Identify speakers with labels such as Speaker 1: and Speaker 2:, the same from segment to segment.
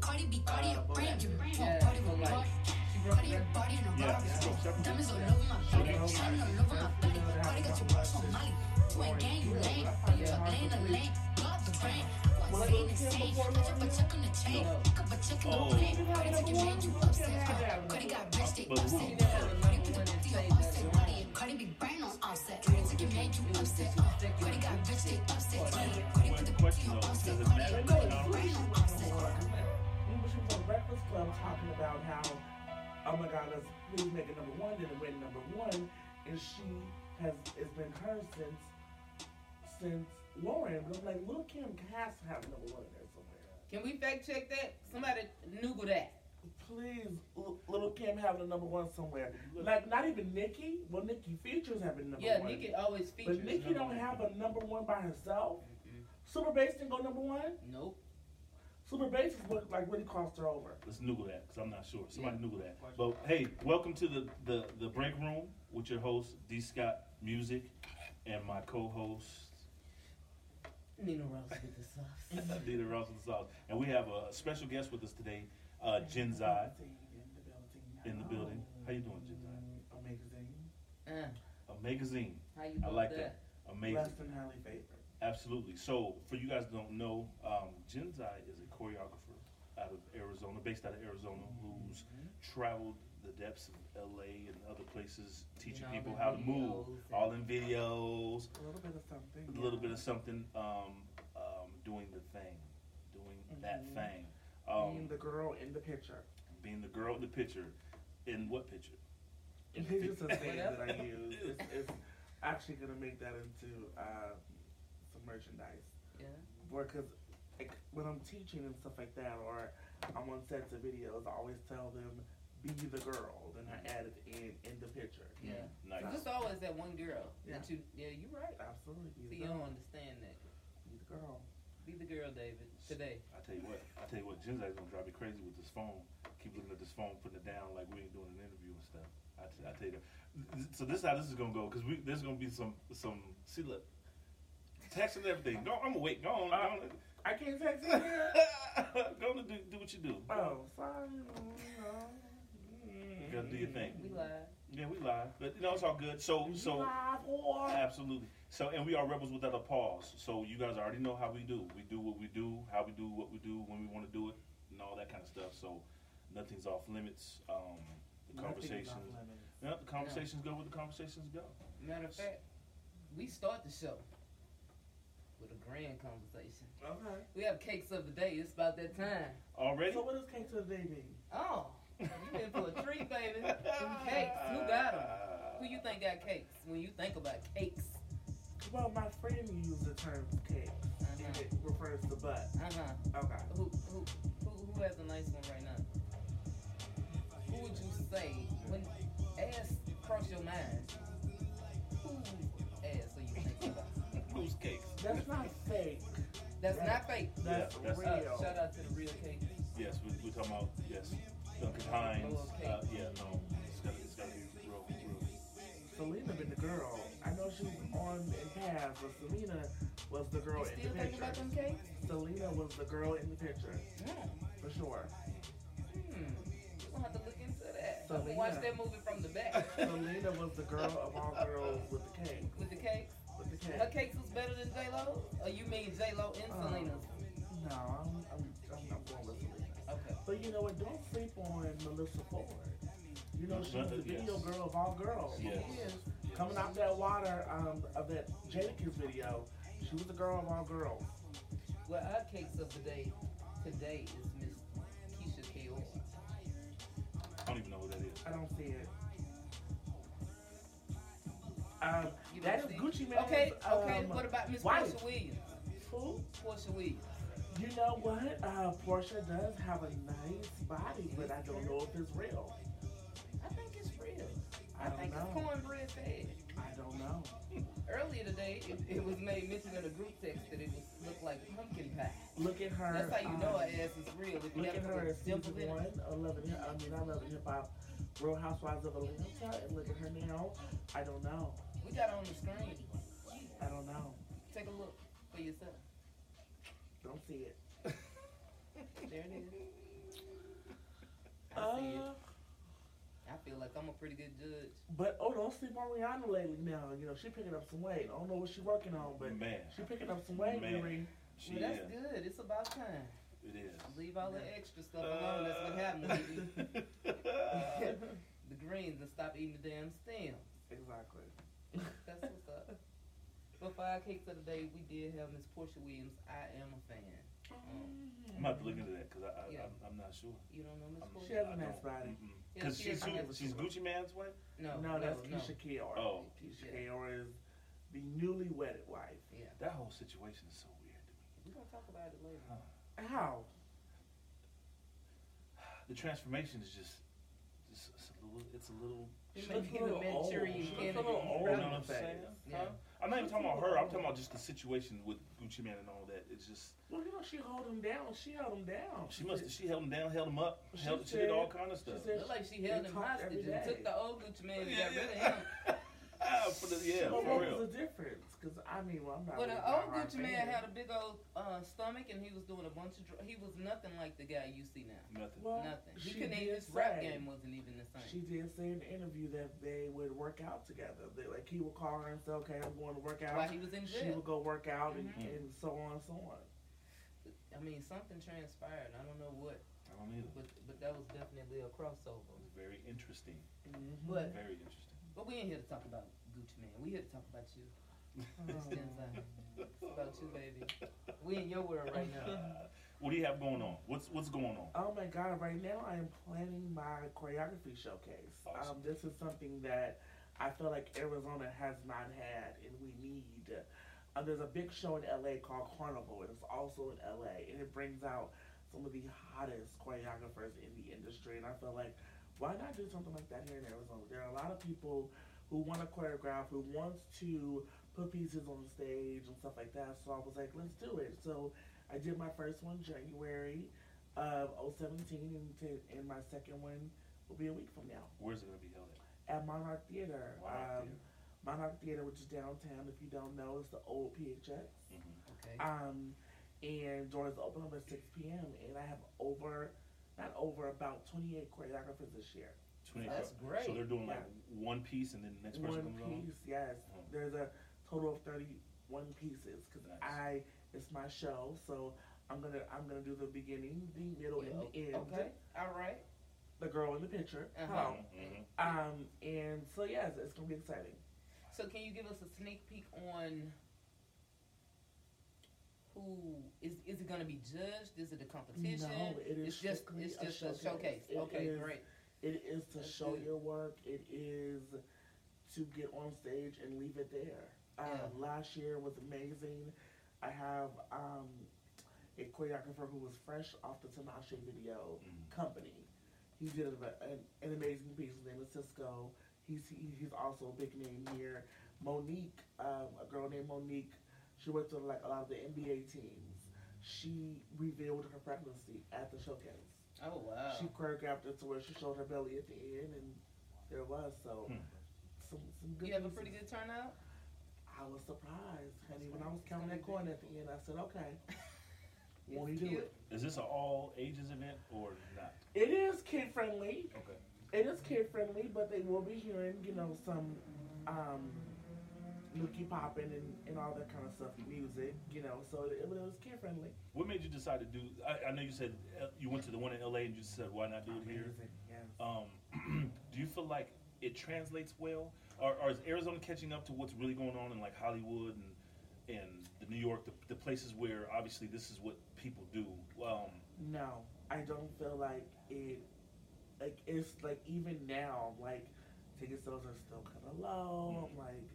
Speaker 1: body be body,
Speaker 2: Uh,
Speaker 1: your brain,
Speaker 2: Bojack.
Speaker 1: your brain,
Speaker 3: Yeah,
Speaker 1: body will
Speaker 3: Bojack.
Speaker 1: body.
Speaker 3: She broke
Speaker 1: Body, your
Speaker 3: that-
Speaker 1: body, and a
Speaker 2: Yeah,
Speaker 1: rock.
Speaker 2: she broke several
Speaker 1: Diamonds all
Speaker 2: people.
Speaker 1: over my body,
Speaker 2: broke
Speaker 1: shining all
Speaker 3: several
Speaker 1: over my body.
Speaker 3: people.
Speaker 1: Body got your
Speaker 2: Yeah.
Speaker 1: bros on Molly. You ain't gang, you lame.
Speaker 3: Yeah.
Speaker 1: You talk lane, a lane. God, the brain.
Speaker 2: Well,
Speaker 1: What's insane?
Speaker 2: I don't care before
Speaker 1: I just
Speaker 2: long.
Speaker 1: put check on the chain.
Speaker 3: No.
Speaker 1: Fuck up a check on the
Speaker 2: Oh.
Speaker 1: plane. Body took your man, you upset.
Speaker 3: Yeah.
Speaker 1: Cuddy got rich, they
Speaker 2: But who?
Speaker 1: upset.
Speaker 3: She never
Speaker 1: Cuddy put the
Speaker 3: loved when
Speaker 1: book
Speaker 3: they
Speaker 1: to your
Speaker 3: say that
Speaker 1: offset.
Speaker 3: to
Speaker 1: Body,
Speaker 3: her.
Speaker 1: Cuddy be brain on offset. Cuddy took your man, you upset. Cuddy got rich, they upset. Cuddy put the book to your offset.
Speaker 2: Does it
Speaker 1: Cuddy,
Speaker 2: matter?
Speaker 1: Cuddy be brain on offset.
Speaker 3: We were she was on Breakfast Club talking about how, oh my God, let's please make it number one, then it went number one, and she has it's been her since since Lauren. But I'm like, Lil Kim has to have number one in there somewhere.
Speaker 4: Can we fact check that? Somebody Google that.
Speaker 3: Please, L- Little Kim having a number one somewhere. Like not even Nikki. Well, Nikki features having number
Speaker 4: Yeah,
Speaker 3: one.
Speaker 4: Nikki always features.
Speaker 3: but Nikki don't have a number one by herself. Super Bass didn't go number one.
Speaker 4: Nope.
Speaker 3: Super Bass is what like really crossed her over.
Speaker 2: Let's Google that because I'm not sure. Somebody Google that. But hey, welcome to the, the, the break room with your host D Scott Music and my co-host
Speaker 4: Nina Rose with the sauce.
Speaker 2: Dita Russell Sauce, and we have a special guest with us today, uh, Jin Zai in the building. How you doing, Jin Zai?
Speaker 3: Amazing.
Speaker 4: Uh,
Speaker 2: A magazine,
Speaker 4: how you
Speaker 2: I
Speaker 4: both
Speaker 2: like
Speaker 4: up?
Speaker 2: that. Amazing.
Speaker 3: Less than highly favored.
Speaker 2: Absolutely. So, for you guys who don't know, um, Jenzai is a choreographer out of Arizona, based out of Arizona,
Speaker 4: Mm-hmm.
Speaker 2: who's traveled the depths of LA and other places, teaching
Speaker 4: all
Speaker 2: people
Speaker 4: the
Speaker 2: how to move,
Speaker 4: videos and-
Speaker 2: all in videos,
Speaker 3: A little bit of something.
Speaker 2: a little bit of something, um, um, doing the thing, doing that
Speaker 3: Mhm.
Speaker 2: thing,
Speaker 3: Being
Speaker 2: um,
Speaker 3: the girl in the picture.
Speaker 2: being the girl in the picture. In what picture? In the
Speaker 3: It's just
Speaker 2: pic-
Speaker 3: a saying that I use. It's, it's actually gonna make that into uh, some merchandise.
Speaker 4: Yeah.
Speaker 3: because like, when I'm teaching and stuff like that, or I'm on sets of videos, I always tell them, "Be the girl," then I add it in in the picture.
Speaker 4: Yeah.
Speaker 2: Nice.
Speaker 4: So it's always that one girl.
Speaker 3: Yeah.
Speaker 4: That you, yeah, you right.
Speaker 3: Absolutely, be
Speaker 4: See,
Speaker 3: the
Speaker 4: you don't
Speaker 3: girl.
Speaker 4: understand that.
Speaker 3: Be the girl.
Speaker 4: Be the girl, David. Today.
Speaker 2: I tell you what, I tell you what, Jenzai's gonna drive me crazy with this phone. Keep looking at this phone, putting it down like we ain't doing an interview and stuff. I, t- I tell you that. So this is how this is gonna go, cause we there's gonna be some some see look, text and everything. Go, I'm gonna wait. Go on, go on,
Speaker 3: I can't text you here.
Speaker 2: go on and do, do what you do.
Speaker 3: oh, sorry.
Speaker 2: You gotta do your thing.
Speaker 4: We
Speaker 3: Mm-hmm.
Speaker 4: live.
Speaker 2: Yeah, we live, but you know it's all good. So so.
Speaker 3: Live whore.
Speaker 2: Absolutely. So, and we are rebels without a pause. So, you guys already know how we do. We do what we do, how we do what we do, when we want to do it, and all that kind of stuff. So, nothing's off limits. Um, the conversations, yeah, the conversations go where the conversations go.
Speaker 4: Matter of fact, we start the show with a grand conversation.
Speaker 3: Okay.
Speaker 4: We have cakes of the day. It's about that time.
Speaker 2: Already,
Speaker 3: So what does cake to the day mean?
Speaker 4: Oh, you in for a treat, baby. Them cakes. Who got 'em? Who you think got cakes? When you think about cakes.
Speaker 3: Well, my friend used the term cake, and
Speaker 4: Uh-huh.
Speaker 3: it refers to butt.
Speaker 4: Uh-huh.
Speaker 3: Okay.
Speaker 4: Who, who, who, who has a nice one right now? Who would you say, when ass cross your mind, who ass are you thinking about?
Speaker 2: Who's cakes?
Speaker 3: That's not fake.
Speaker 4: That's not fake.
Speaker 3: That's
Speaker 2: Yeah, that's-
Speaker 4: Uh,
Speaker 3: real.
Speaker 4: shout out to the real cakes.
Speaker 2: Yes, we, we're talking about yes, Duncan Hines. Uh, yeah, no, it's gotta, it's gotta be real, real.
Speaker 3: Selena been the girl. I know she was on in past, but Selena was the girl
Speaker 4: You
Speaker 3: in
Speaker 4: still
Speaker 3: the picture.
Speaker 4: thinking about them cakes?
Speaker 3: Selena was the girl in the picture,
Speaker 4: Yeah.
Speaker 3: for sure.
Speaker 4: Hmm. You're gonna have to look into that.
Speaker 3: So we
Speaker 4: Watch
Speaker 3: have-
Speaker 4: that movie from the back
Speaker 3: Selena was the girl of all girls with the cake.
Speaker 4: with the cakes.
Speaker 3: With the
Speaker 4: Her
Speaker 3: cake.
Speaker 4: cakes was better than J Lo. Or you mean J Lo and
Speaker 3: Oh.
Speaker 4: Selena's?
Speaker 3: No, I'm, I'm, I'm not going with Selena.
Speaker 4: Okay.
Speaker 3: But you know what? Don't sleep on Melissa Ford. You know, she was the
Speaker 2: Yes.
Speaker 3: video girl of all girls.
Speaker 4: She
Speaker 2: Yes.
Speaker 4: is.
Speaker 2: Yes.
Speaker 3: Coming out that water um, of that Jadakiss video, she was the girl of all girls.
Speaker 4: Well, our cakes of the day today is Miss Keisha Kaor.
Speaker 2: I don't even know who that is.
Speaker 3: I don't see it. Um,
Speaker 4: You
Speaker 3: that
Speaker 4: don't
Speaker 3: is
Speaker 4: see-
Speaker 3: Gucci Mane's.
Speaker 4: Okay, okay.
Speaker 3: um,
Speaker 4: what about Miss
Speaker 3: wife.
Speaker 4: Portia Williams?
Speaker 3: who?
Speaker 4: Portia Williams.
Speaker 3: You know what? Uh, Portia does have a nice body, but I don't know if it's real.
Speaker 4: I think it's real.
Speaker 3: I,
Speaker 4: I,
Speaker 3: don't
Speaker 4: think it's
Speaker 3: know.
Speaker 4: cornbread fed.
Speaker 3: I don't know.
Speaker 4: Earlier today, it, it was made mention in a group text that it was looked like pumpkin pie.
Speaker 3: Look at her.
Speaker 4: That's how you
Speaker 3: um,
Speaker 4: know her ass is real. If you
Speaker 3: Look
Speaker 4: have
Speaker 3: at her
Speaker 4: to
Speaker 3: in season
Speaker 4: dimple in
Speaker 3: one,
Speaker 4: it.
Speaker 3: Eleven. Hip- I mean, I love hip hop. Real Housewives of Atlanta, and look at her now. I don't know.
Speaker 4: We got it on the screen.
Speaker 3: I don't know.
Speaker 4: Take a look for yourself.
Speaker 3: Don't see it.
Speaker 4: There it is. I see it.
Speaker 3: Uh,
Speaker 4: I feel like I'm a pretty good judge.
Speaker 3: but oh, don't sleep on Rihanna lately. Now you know she picking up some weight. I don't know what she working on, but
Speaker 2: Man,
Speaker 3: she picking up some weight.
Speaker 2: Man.
Speaker 3: Marie.
Speaker 2: she
Speaker 4: Well,
Speaker 2: is.
Speaker 4: that's good. It's about time.
Speaker 2: It is.
Speaker 4: Leave all the extra stuff alone. That's what happened. lately. Uh, the greens and stop eating the damn stems.
Speaker 3: Exactly.
Speaker 4: That's what's up. But for our cake of the day, we did have Miss Portia Williams. I am a fan.
Speaker 2: I'm about to look into that because I, I,
Speaker 4: Yeah.
Speaker 2: I'm, I'm not sure.
Speaker 4: You don't know Miss
Speaker 2: I'm-
Speaker 3: She
Speaker 4: Portia?
Speaker 3: has
Speaker 2: I
Speaker 3: a nice
Speaker 2: don't-
Speaker 3: body.
Speaker 2: mm-mm.
Speaker 4: Yeah,
Speaker 2: Cause
Speaker 4: she
Speaker 2: she's
Speaker 4: is- I
Speaker 2: Gu-
Speaker 4: never
Speaker 2: she's
Speaker 4: saw
Speaker 2: Gucci Man's wife.
Speaker 4: No,
Speaker 3: No, that's
Speaker 4: no.
Speaker 3: Keisha Kiora.
Speaker 2: Oh.
Speaker 3: Keisha
Speaker 4: Yeah.
Speaker 3: Kiora is the newlywed wife.
Speaker 4: Yeah,
Speaker 2: That whole situation is so weird to me.
Speaker 4: we're gonna talk about it later.
Speaker 3: How?
Speaker 2: The transformation is just, just it's a little. It's a little.
Speaker 4: It
Speaker 3: She
Speaker 4: may
Speaker 3: looks
Speaker 4: be
Speaker 3: a little
Speaker 4: the
Speaker 3: old.
Speaker 4: Manchurian
Speaker 3: She looks a
Speaker 4: candidate.
Speaker 3: little
Speaker 2: You
Speaker 3: old
Speaker 2: know
Speaker 3: in
Speaker 2: what
Speaker 3: the
Speaker 2: I'm saying?
Speaker 3: face.
Speaker 2: Huh? I'm not even talking about her. I'm talking about just the situation with Gucci Man and all that. It's just
Speaker 3: Well, you know she hold him down. She held him down.
Speaker 2: she must. She held him down, held him up,
Speaker 3: She
Speaker 2: held. She did all
Speaker 3: said-
Speaker 2: kind of stuff.
Speaker 3: said-
Speaker 4: Look like she
Speaker 3: They
Speaker 4: held him
Speaker 3: talk
Speaker 4: hostage
Speaker 3: every day.
Speaker 4: and took the old Gucci man and
Speaker 2: Yeah,
Speaker 4: got rid of
Speaker 2: yeah.
Speaker 4: him.
Speaker 2: Ah, for the, yeah,
Speaker 3: But
Speaker 2: for
Speaker 3: what
Speaker 2: real.
Speaker 3: was the difference? Because I mean, well, I'm not.
Speaker 4: Well,
Speaker 3: really
Speaker 4: the
Speaker 3: a
Speaker 4: old
Speaker 3: hard
Speaker 4: Gucci man
Speaker 3: fan.
Speaker 4: had a big old uh, stomach and he was doing a bunch of. Dr- he was nothing like the guy you see now.
Speaker 2: Nothing.
Speaker 3: Well,
Speaker 4: Nothing. He
Speaker 3: she
Speaker 4: couldn't
Speaker 3: did
Speaker 4: even. His rap
Speaker 3: say-
Speaker 4: game wasn't even the same.
Speaker 3: She did say in the interview that they would work out together. They, like he would call her and say, "Okay, I'm going to work out."
Speaker 4: While he was in
Speaker 3: she
Speaker 4: jail.
Speaker 3: would go work out
Speaker 4: Mm-hmm.
Speaker 3: and,
Speaker 2: Mhm.
Speaker 3: and so on and so on.
Speaker 4: I mean, something transpired. I don't know what,
Speaker 2: I don't either.
Speaker 4: but but that was definitely a crossover.
Speaker 2: It was very interesting.
Speaker 4: But
Speaker 2: Very interesting.
Speaker 4: but we ain't here to talk about Gucci man. We here to talk about you. Stinson. It's about you, baby. We in your world right now.
Speaker 2: What do you have going on? What's what's going on?
Speaker 3: Oh my God! Right now, I am planning my choreography showcase.
Speaker 2: Awesome.
Speaker 3: Um, this is something that I feel like Arizona has not had, and we need. Uh, there's a big show in LA called Carnival, and it's also in LA, and it brings out some of the hottest choreographers in the industry. And I feel like, why not do something like that here in Arizona? There are a lot of people who want to choreograph, who wants to put pieces on stage and stuff like that. So I was like, let's do it. So I did my first one January of 017 and, t- and my second one will be a week from now
Speaker 2: Where's it gonna be held at?
Speaker 3: at Monarch Theater.
Speaker 2: Wow,
Speaker 3: um, Monarch Theater, which is downtown. If you don't know, it's the old PHX.
Speaker 2: yeah. Mhm.
Speaker 4: Okay.
Speaker 3: Um, and doors open up at 6 p.m. And I have over, not over, about 28 choreographers this year.
Speaker 2: 20
Speaker 4: That's great.
Speaker 2: Mm-hmm. So they're doing like one piece, and then the next person
Speaker 3: One
Speaker 2: comes on.
Speaker 3: piece, yes.
Speaker 2: Oh.
Speaker 3: There's a total of 31 pieces because
Speaker 2: Nice.
Speaker 3: I, it's my show, so. I'm gonna I'm gonna do the beginning, the middle, and the end.
Speaker 4: okay. All right.
Speaker 3: The girl in the picture.
Speaker 4: Uh-huh.
Speaker 3: Hello.
Speaker 2: Mhm.
Speaker 3: Um, and so yes, it's gonna be exciting.
Speaker 4: So can you give us a sneak peek on who is is it going to be judged? Is it a competition?
Speaker 3: No, it is
Speaker 4: it's just
Speaker 3: strictly
Speaker 4: it's
Speaker 3: a
Speaker 4: just a
Speaker 3: showcase.
Speaker 4: showcase.
Speaker 3: It
Speaker 4: okay,
Speaker 3: is-
Speaker 4: great.
Speaker 3: It is to
Speaker 4: That's
Speaker 3: show
Speaker 4: good.
Speaker 3: your work. It is to get on stage and leave it there. Um,
Speaker 4: Yeah.
Speaker 3: Last year was amazing. I have um, a choreographer who was fresh off the Tinashe video
Speaker 4: Mm.
Speaker 2: Mhm.
Speaker 3: company. He did a, an, an amazing piece. His name is Cisco. He's he, he's also a big name here. Monique, um, a girl named Monique, she worked with like a lot of the NBA teams. She revealed her pregnancy at the showcase.
Speaker 4: Oh wow.
Speaker 3: She choreographed it to where she showed her belly at the end, and there it was so
Speaker 2: Hmm.
Speaker 3: some some good.
Speaker 4: you have a
Speaker 3: pieces.
Speaker 4: pretty good turnout.
Speaker 3: I was surprised, honey. When I was counting that coin at the end, I said, "Okay, won't he do
Speaker 4: cute.
Speaker 3: it?"
Speaker 2: Is this an all ages event or not?
Speaker 3: It is kid friendly.
Speaker 2: Okay.
Speaker 3: It is kid friendly, but they will be hearing you know some um, nookie popping and, and all that kind of stuff, music, you know. So it, it was kid friendly.
Speaker 2: What made you decide to do? I, I know you said uh, you went to the one in LA and you said why not do it here.
Speaker 3: Amazing, yes.
Speaker 2: Um, do you feel like it translates well, or, or is Arizona catching up to what's really going on in like Hollywood and and the New York, the, the places where obviously this is what people do? Um,
Speaker 3: No, I don't feel like it. Like it's like even now, like ticket sales are still kind of low. I'm like,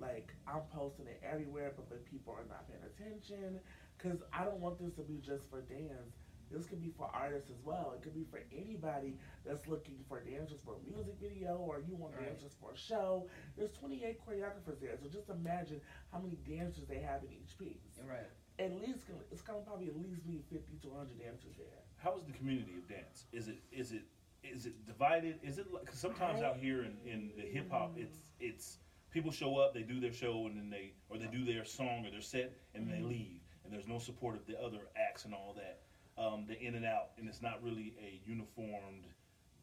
Speaker 3: like I'm posting it everywhere, but but people are not paying attention because I don't want this to be just for dance. This could be for artists as well. It could be for anybody that's looking for dancers for a music video or you want
Speaker 4: Right.
Speaker 3: dancers for a show. There's 28 choreographers there, so just imagine how many dancers they have in each piece.
Speaker 4: Right.
Speaker 3: At least gonna- it's gonna probably at least be 50 to 100 dancers there.
Speaker 2: how is the community of dance? Is it is it is it divided? Is it like cause sometimes out here in, in the hip hop, it's it's people show up, they do their show, and then they or they do their song or their set, and
Speaker 4: Mm-hmm.
Speaker 2: they leave, and there's no support of the other acts and all that. Um, they're in and out, and it's not really a uniformed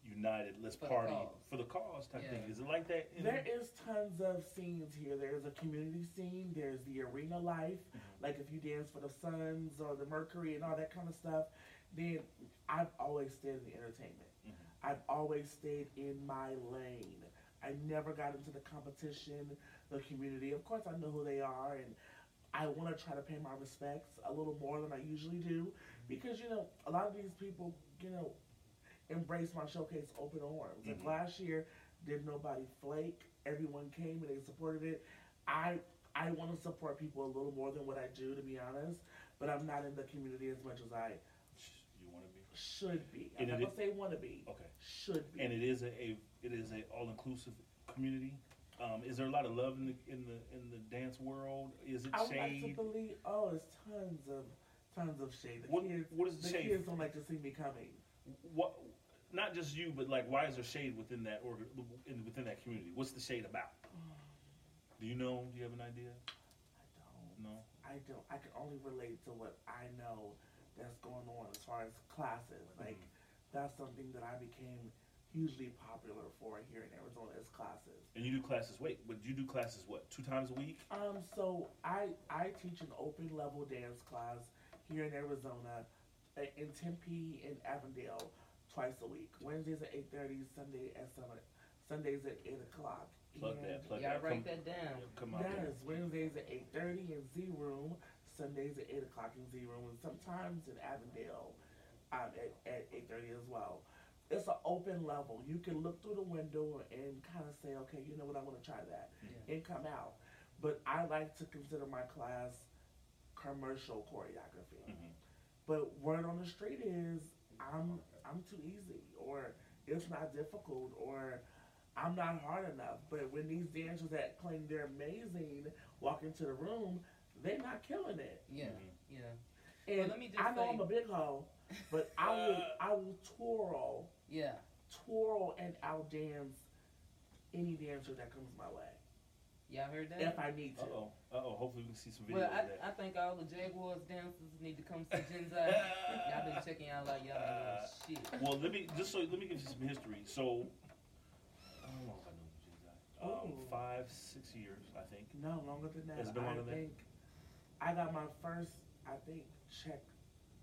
Speaker 2: united, let's
Speaker 4: For the
Speaker 2: party
Speaker 4: cause.
Speaker 2: for the cause type
Speaker 4: Yeah.
Speaker 2: thing. Is it like that? in-
Speaker 3: There is tons of scenes here. There's a community scene. There's the arena life, like if you dance for the Suns or the Mercury and all that kind of stuff. Then I've always stayed in the entertainment.
Speaker 2: Mhm.
Speaker 3: I've always stayed in my lane. I never got into the competition, the community. Of course, I know who they are, and I want to try to pay my respects a little more than I usually do, because you know a lot of these people, you know, embrace my showcase open arms.
Speaker 2: Mhm.
Speaker 3: Like last year, did nobody flake. Everyone came and they supported it. I I want to support people a little more than what I do, to be honest. But I'm not in the community as much as I
Speaker 2: You want to be
Speaker 3: should be. I'm
Speaker 2: And
Speaker 3: not
Speaker 2: it-
Speaker 3: gonna say want to be.
Speaker 2: okay,
Speaker 3: Should be.
Speaker 2: and it is a, a it is a all inclusive community. Um, is there a lot of love in the in the in the dance world? Is it
Speaker 3: I would like to
Speaker 2: shade?
Speaker 3: believe. Oh, it's tons of tons of shade. The
Speaker 2: What
Speaker 3: kids,
Speaker 2: what is
Speaker 3: the
Speaker 2: the shade?
Speaker 3: kids don't like to see me coming.
Speaker 2: What not just you, but like why is there shade within that org in, within that community? What's the shade about? Do you know? Do you have an idea?
Speaker 3: I don't.
Speaker 2: No.
Speaker 3: I don't. I can only relate to what I know that's going on as far as classes.
Speaker 2: Mm-hmm.
Speaker 3: Like that's something that I became hugely popular for here in Arizona is classes.
Speaker 2: And you do classes. Wait, but you do classes what? Two times a week?
Speaker 3: Um, so I I teach an open level dance class here in Arizona, uh, in Tempe and Avondale, twice a week. Wednesdays at eight thirty, Sunday at seven, Sundays at eight o'clock.
Speaker 2: Plug
Speaker 3: and
Speaker 2: that. Plug
Speaker 4: Y'all
Speaker 2: that.
Speaker 4: write
Speaker 2: Come,
Speaker 4: that down.
Speaker 2: come out.
Speaker 3: Yes,
Speaker 2: there.
Speaker 3: Wednesdays at eight thirty in Z Room, Sundays at eight o'clock in Z Room, and sometimes in Avondale, um, at, at eight thirty as well. It's an open level. You can look through the window and kind of say, okay, you know what, I want to try that,
Speaker 4: Yeah.
Speaker 3: and come out. But I like to consider my class commercial choreography.
Speaker 2: Mhm.
Speaker 3: But word on the street is I'm I'm too easy, or it's not difficult, or I'm not hard enough. But when these dancers that claim they're amazing walk into the room, they're not killing it.
Speaker 4: Yeah,
Speaker 2: Mhm.
Speaker 4: yeah.
Speaker 3: And
Speaker 4: let me just
Speaker 3: I know
Speaker 4: say- Uh.
Speaker 3: I'm a big hoe, but I will I will twirl,
Speaker 4: Yeah.
Speaker 3: twirl, and out dance any dancer that comes my way
Speaker 4: Y'all heard that?
Speaker 3: if I need
Speaker 2: Uh
Speaker 3: to.
Speaker 2: oh. Uh oh. Hopefully we can see some video
Speaker 4: Well,
Speaker 2: of that.
Speaker 4: I, I think all the Jaguars dancers need to come see Jinza. y'all been checking out like y'all don't know shit.
Speaker 2: Well, let me just so let me give you some history. So, I don't know if I know this exact. Um,
Speaker 3: Ooh.
Speaker 2: five, six years, I think.
Speaker 3: No, longer than that.
Speaker 2: It's been longer
Speaker 3: I
Speaker 2: than-
Speaker 3: think I got my first, I think, check.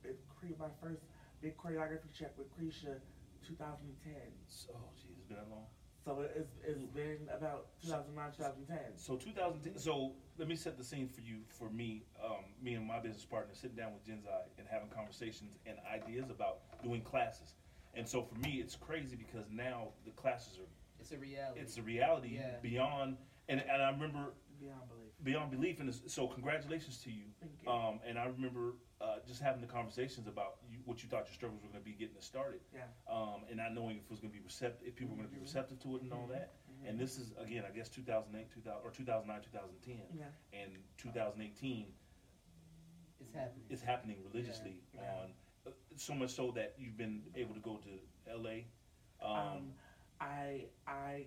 Speaker 3: It, Cre- my first big choreography check with Creisha, 2010.
Speaker 2: So, oh, geez, it's been that long.
Speaker 3: So it- it's, it's been about 2009, 2010.
Speaker 2: So 2010. So let me set the scene for you, for me, um, me and my business partner sitting down with Genzai and having conversations and ideas about doing classes. And so for me, it's crazy because now the classes are
Speaker 4: It's a reality.
Speaker 2: it's a reality
Speaker 4: Yeah.
Speaker 2: beyond. And, and I remember
Speaker 3: Beyond belief.
Speaker 2: beyond belief. And it's- so congratulations to you.
Speaker 3: Thank you.
Speaker 2: Um, and I remember uh, just having the conversations about you, what you thought your struggles were going to be getting it started,
Speaker 3: yeah.
Speaker 2: um, and not knowing if it was going to be receptive, if people were going to be
Speaker 3: Mhm.
Speaker 2: receptive to it and all that.
Speaker 3: Mhm.
Speaker 2: And this is again, I guess, 2008, 2000 or 2009, 2010,
Speaker 3: yeah.
Speaker 2: and 2018
Speaker 4: it's happening.
Speaker 2: is happening religiously
Speaker 3: Yeah. Yeah.
Speaker 2: on uh, so much so that you've been able to go to LA. Um,
Speaker 3: Um, I I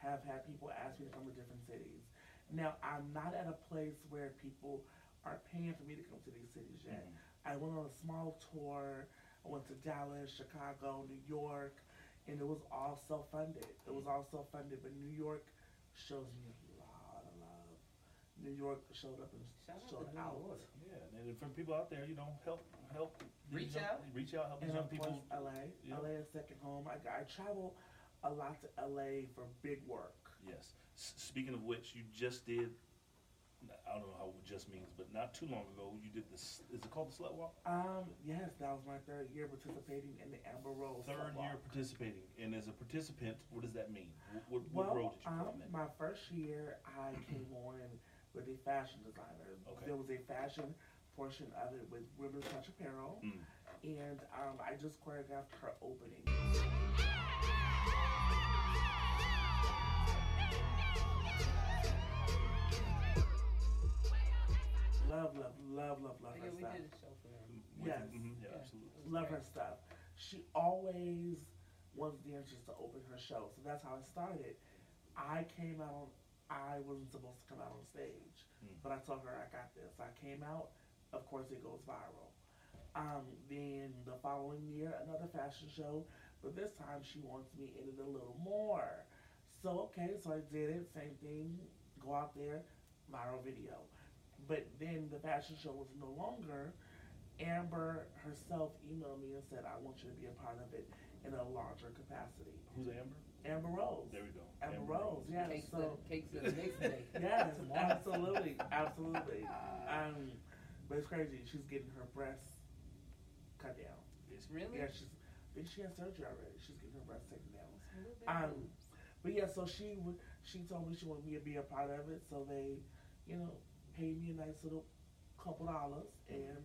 Speaker 3: have had people ask me to come to different cities. Now I'm not at a place where people are paying for me to come to these cities yet.
Speaker 2: Mm-hmm.
Speaker 3: I went on a small tour. I went to Dallas, Chicago, New York, and it was all self-funded. It was all self-funded, but New York shows me a lot of love. New York showed up and
Speaker 4: Shout out
Speaker 3: showed
Speaker 4: to New
Speaker 3: out.
Speaker 4: York.
Speaker 2: yeah, and for people out there, you know, help, help, these
Speaker 4: Reach
Speaker 2: young-
Speaker 4: out.
Speaker 2: reach out, help these
Speaker 3: And
Speaker 2: young
Speaker 3: of course,
Speaker 2: people.
Speaker 3: LA.
Speaker 2: Yeah.
Speaker 3: LA is second home. I, I travel a lot to LA for big work.
Speaker 2: Yes. S- speaking of which, you just did. I don't know how what just means, but not too long ago, you did this. Is it called the Slut Walk?
Speaker 3: Um, yes, that was my third year participating in the Amber Rose.
Speaker 2: Third
Speaker 3: Walk.
Speaker 2: year participating, and as a participant, what does that mean? What, what,
Speaker 3: Well,
Speaker 2: what role did you play
Speaker 3: um,
Speaker 2: in that?
Speaker 3: my first year, I came on with a fashion designer.
Speaker 2: Okay.
Speaker 3: There was a fashion portion of it with women's touch apparel,
Speaker 2: Mm.
Speaker 3: and um, I just choreographed her opening. Love, love, love, love, love
Speaker 4: Yeah,
Speaker 3: her
Speaker 4: we
Speaker 3: stuff.
Speaker 4: did a show for them.
Speaker 2: With-
Speaker 3: yes.
Speaker 2: mhm, yeah,
Speaker 4: Yeah.
Speaker 2: absolutely.
Speaker 3: love her stuff. She always wants dancers to open her show, so that's how it started. I came out on, I wasn't supposed to come out on stage,
Speaker 2: Mm.
Speaker 3: but I told her I got this. I came out, of course it goes viral. Um, then the following year, another fashion show, But this time she wants me in it a little more. So okay, so I did it. Same thing. Go out there, viral video. But then the fashion show was no longer. Amber herself emailed me and said, "I want you to be a part of it in a larger capacity."
Speaker 2: Who's Amber?
Speaker 3: Amber Rose.
Speaker 2: There we go.
Speaker 3: Amber Rose, yeah.
Speaker 4: Cakes,
Speaker 3: so-
Speaker 4: the, cakes the next day.
Speaker 3: Yes, absolutely, absolutely. Um, but it's crazy. She's getting her breasts cut down.
Speaker 4: Really?
Speaker 3: Yeah, she's. I think she had surgery already. She's getting her breasts taken down.
Speaker 4: It's a little bit
Speaker 3: Um,
Speaker 4: rude.
Speaker 3: but yeah, so she w- she told me she wanted me to be a part of it, so they, you know, paid me a nice little couple dollars and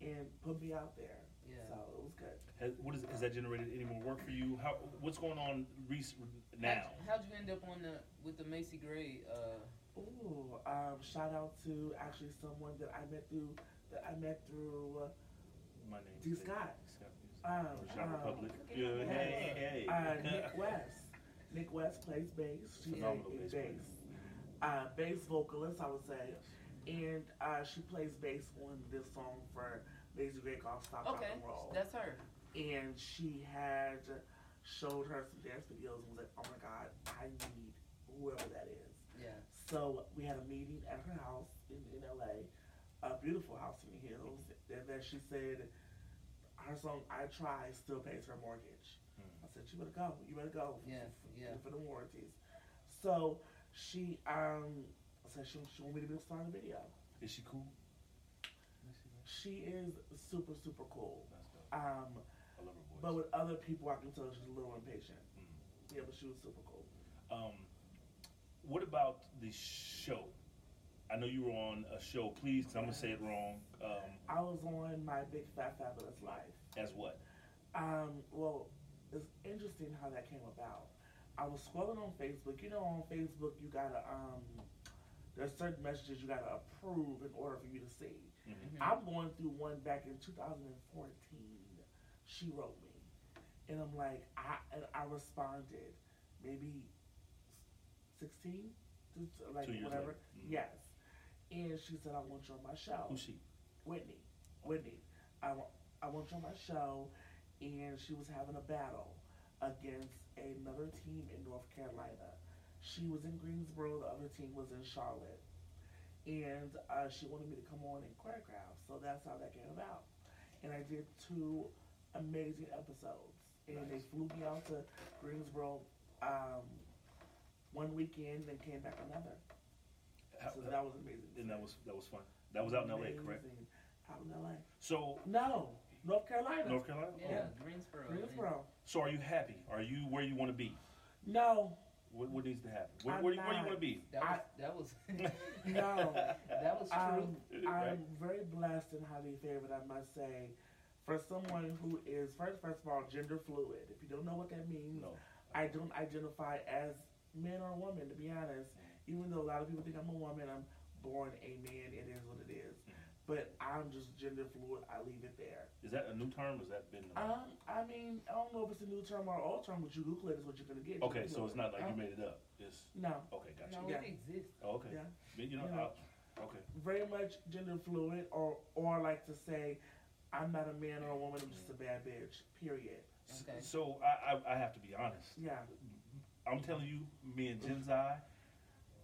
Speaker 3: and put me out there.
Speaker 4: yeah.
Speaker 3: So it was good.
Speaker 2: Has, what is, has that generated any more work for you? How, what's going on rec- now?
Speaker 4: How'd, how'd you end up on the with the Macy Gray? Uh,
Speaker 3: Ooh, um, shout out to actually someone that I met through that I met through. Uh,
Speaker 2: My name
Speaker 3: D. Scott.
Speaker 2: Scott.
Speaker 3: Um,
Speaker 2: Shot
Speaker 3: um,
Speaker 2: Republic.
Speaker 4: Look at
Speaker 2: Yeah,
Speaker 4: that.
Speaker 2: hey, hey.
Speaker 3: uh, Nick West. Nick West plays bass. She's a
Speaker 2: Phenomenal
Speaker 3: bass.
Speaker 2: bass player.
Speaker 3: Uh, bass vocalist, I would say.
Speaker 2: Yes.
Speaker 3: And uh, she plays bass on this song for Lazy Gray called Stop Rock
Speaker 4: okay,
Speaker 3: and Roll.
Speaker 4: that's her.
Speaker 3: and she had showed her some dance videos and was like, oh my God, I need whoever that is.
Speaker 4: Yeah.
Speaker 3: So we had a meeting at her house in, in LA, a beautiful house in the hills. And then she said, her song "I Try" still pays her mortgage.
Speaker 2: Hmm.
Speaker 3: I said, you better go. You better go.
Speaker 4: Yeah,
Speaker 3: for-
Speaker 4: yeah.
Speaker 3: For the warranties. So she um said she, she wanted me to be a star in the video.
Speaker 2: Is she cool?
Speaker 3: She is super super cool.
Speaker 2: That's dope.
Speaker 3: Um,
Speaker 2: I love her voice.
Speaker 3: but with other people, I can tell she's a little impatient. Yeah, but she was super cool.
Speaker 2: Um, what about the show? I know you were on a show. Please, i I'm gonna say it wrong. Um,
Speaker 3: I was on my big fat fabulous life.
Speaker 2: as what?
Speaker 3: Um, well, it's interesting how that came about. I was scrolling on Facebook. You know, on Facebook, you gotta um, there's certain messages you gotta approve in order for you to see.
Speaker 2: Mm-hmm.
Speaker 4: Mhm.
Speaker 3: I'm going through one back in 2014. She wrote me, and I'm like, I and I responded, maybe 16, just like
Speaker 2: Two years
Speaker 3: whatever.
Speaker 2: later. Mhm.
Speaker 3: Yes, and she said, I want you on my show.
Speaker 2: Who's she?
Speaker 3: Whitney. Whitney. I, wa- I went on my show, and she was having a battle against another team in North Carolina. She was in Greensboro, the other team was in Charlotte. And uh, she wanted me to come on and choreograph, so that's how that came about. And I did two amazing episodes. And they
Speaker 2: Nice.
Speaker 3: flew me out to Greensboro um, one weekend and came back another.
Speaker 2: How-
Speaker 3: So that was amazing.
Speaker 2: and that was that was fun. That was out in L.A. Correct.
Speaker 3: Amazing. Out in LA.
Speaker 2: So
Speaker 3: No, North Carolina.
Speaker 2: North Carolina.
Speaker 4: Yeah,
Speaker 2: Oh.
Speaker 4: Greensboro.
Speaker 3: Greensboro.
Speaker 2: So are you happy? Are you where you want to be?
Speaker 3: No,
Speaker 2: What, what needs to happen? Where,
Speaker 3: I'm
Speaker 2: where, do you- where do you
Speaker 3: not.
Speaker 2: want to be?
Speaker 4: That was that was
Speaker 3: no.
Speaker 4: that was
Speaker 3: I'm,
Speaker 4: true.
Speaker 2: Right.
Speaker 3: I'm very blessed and highly favored, I must say, for someone who is, first, first of all, gender fluid. If you don't know what that means,
Speaker 2: No.
Speaker 3: I don't identify as man or woman, to be honest. Even though a lot of people think I'm a woman, I'm born a man. It is what it is. But I'm just gender fluid. I leave it there.
Speaker 2: Is that a new term? Or has that been? around?
Speaker 3: Um, I mean, I don't know if it's a new term or old term, but you Google it is what you're gonna get.
Speaker 2: okay,
Speaker 3: Google
Speaker 2: so it's not like you
Speaker 3: Um,
Speaker 2: made it up. It's
Speaker 3: No.
Speaker 2: okay. Gotcha.
Speaker 4: No,
Speaker 3: Yeah.
Speaker 4: it exists.
Speaker 2: Oh, okay.
Speaker 3: Yeah.
Speaker 2: You know.
Speaker 3: You know.
Speaker 2: I- okay.
Speaker 3: very much gender fluid or or like to say I'm not a man or a woman, I'm just a bad bitch. Period.
Speaker 2: S-
Speaker 4: Okay.
Speaker 2: So I, I I have to be honest.
Speaker 3: Yeah.
Speaker 2: I'm telling you, me and Genzai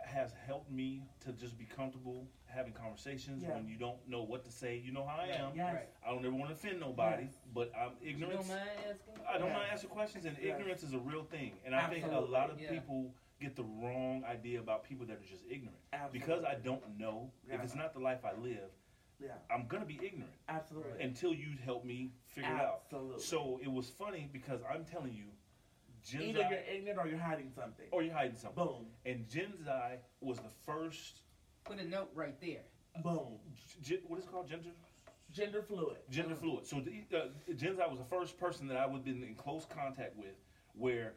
Speaker 2: has helped me to just be comfortable having conversations
Speaker 3: Yeah.
Speaker 2: when you don't know what to say. You know how I am.
Speaker 3: Yes.
Speaker 4: Right.
Speaker 2: I don't ever want to offend nobody,
Speaker 3: Yes.
Speaker 2: but I'm
Speaker 4: You
Speaker 2: ignorance.
Speaker 4: don't mind asking?
Speaker 2: I don't
Speaker 3: Yes.
Speaker 2: mind asking questions, and
Speaker 3: Yes.
Speaker 2: ignorance is a real thing. And I think a
Speaker 3: Absolutely,
Speaker 2: lot of
Speaker 4: yeah.
Speaker 2: people get the wrong idea about people that are just ignorant.
Speaker 3: Absolutely.
Speaker 2: Because I don't know, if
Speaker 3: Yeah.
Speaker 2: it's not the life I live,
Speaker 3: Yeah.
Speaker 2: I'm going to be ignorant
Speaker 3: Absolutely.
Speaker 2: until you help me figure it out.
Speaker 3: Absolutely.
Speaker 2: So it was funny because I'm telling you,
Speaker 3: Either
Speaker 2: Genzai,
Speaker 3: you're ignorant or you're hiding something.
Speaker 2: or you're hiding something.
Speaker 3: boom.
Speaker 2: And Genzai was the first.
Speaker 4: Put a note right there.
Speaker 3: Boom.
Speaker 2: G- what is it called? Gender.
Speaker 3: Gender fluid.
Speaker 2: Gender fluid. So the, uh, Genzai was the first person that I would have been in close contact with, where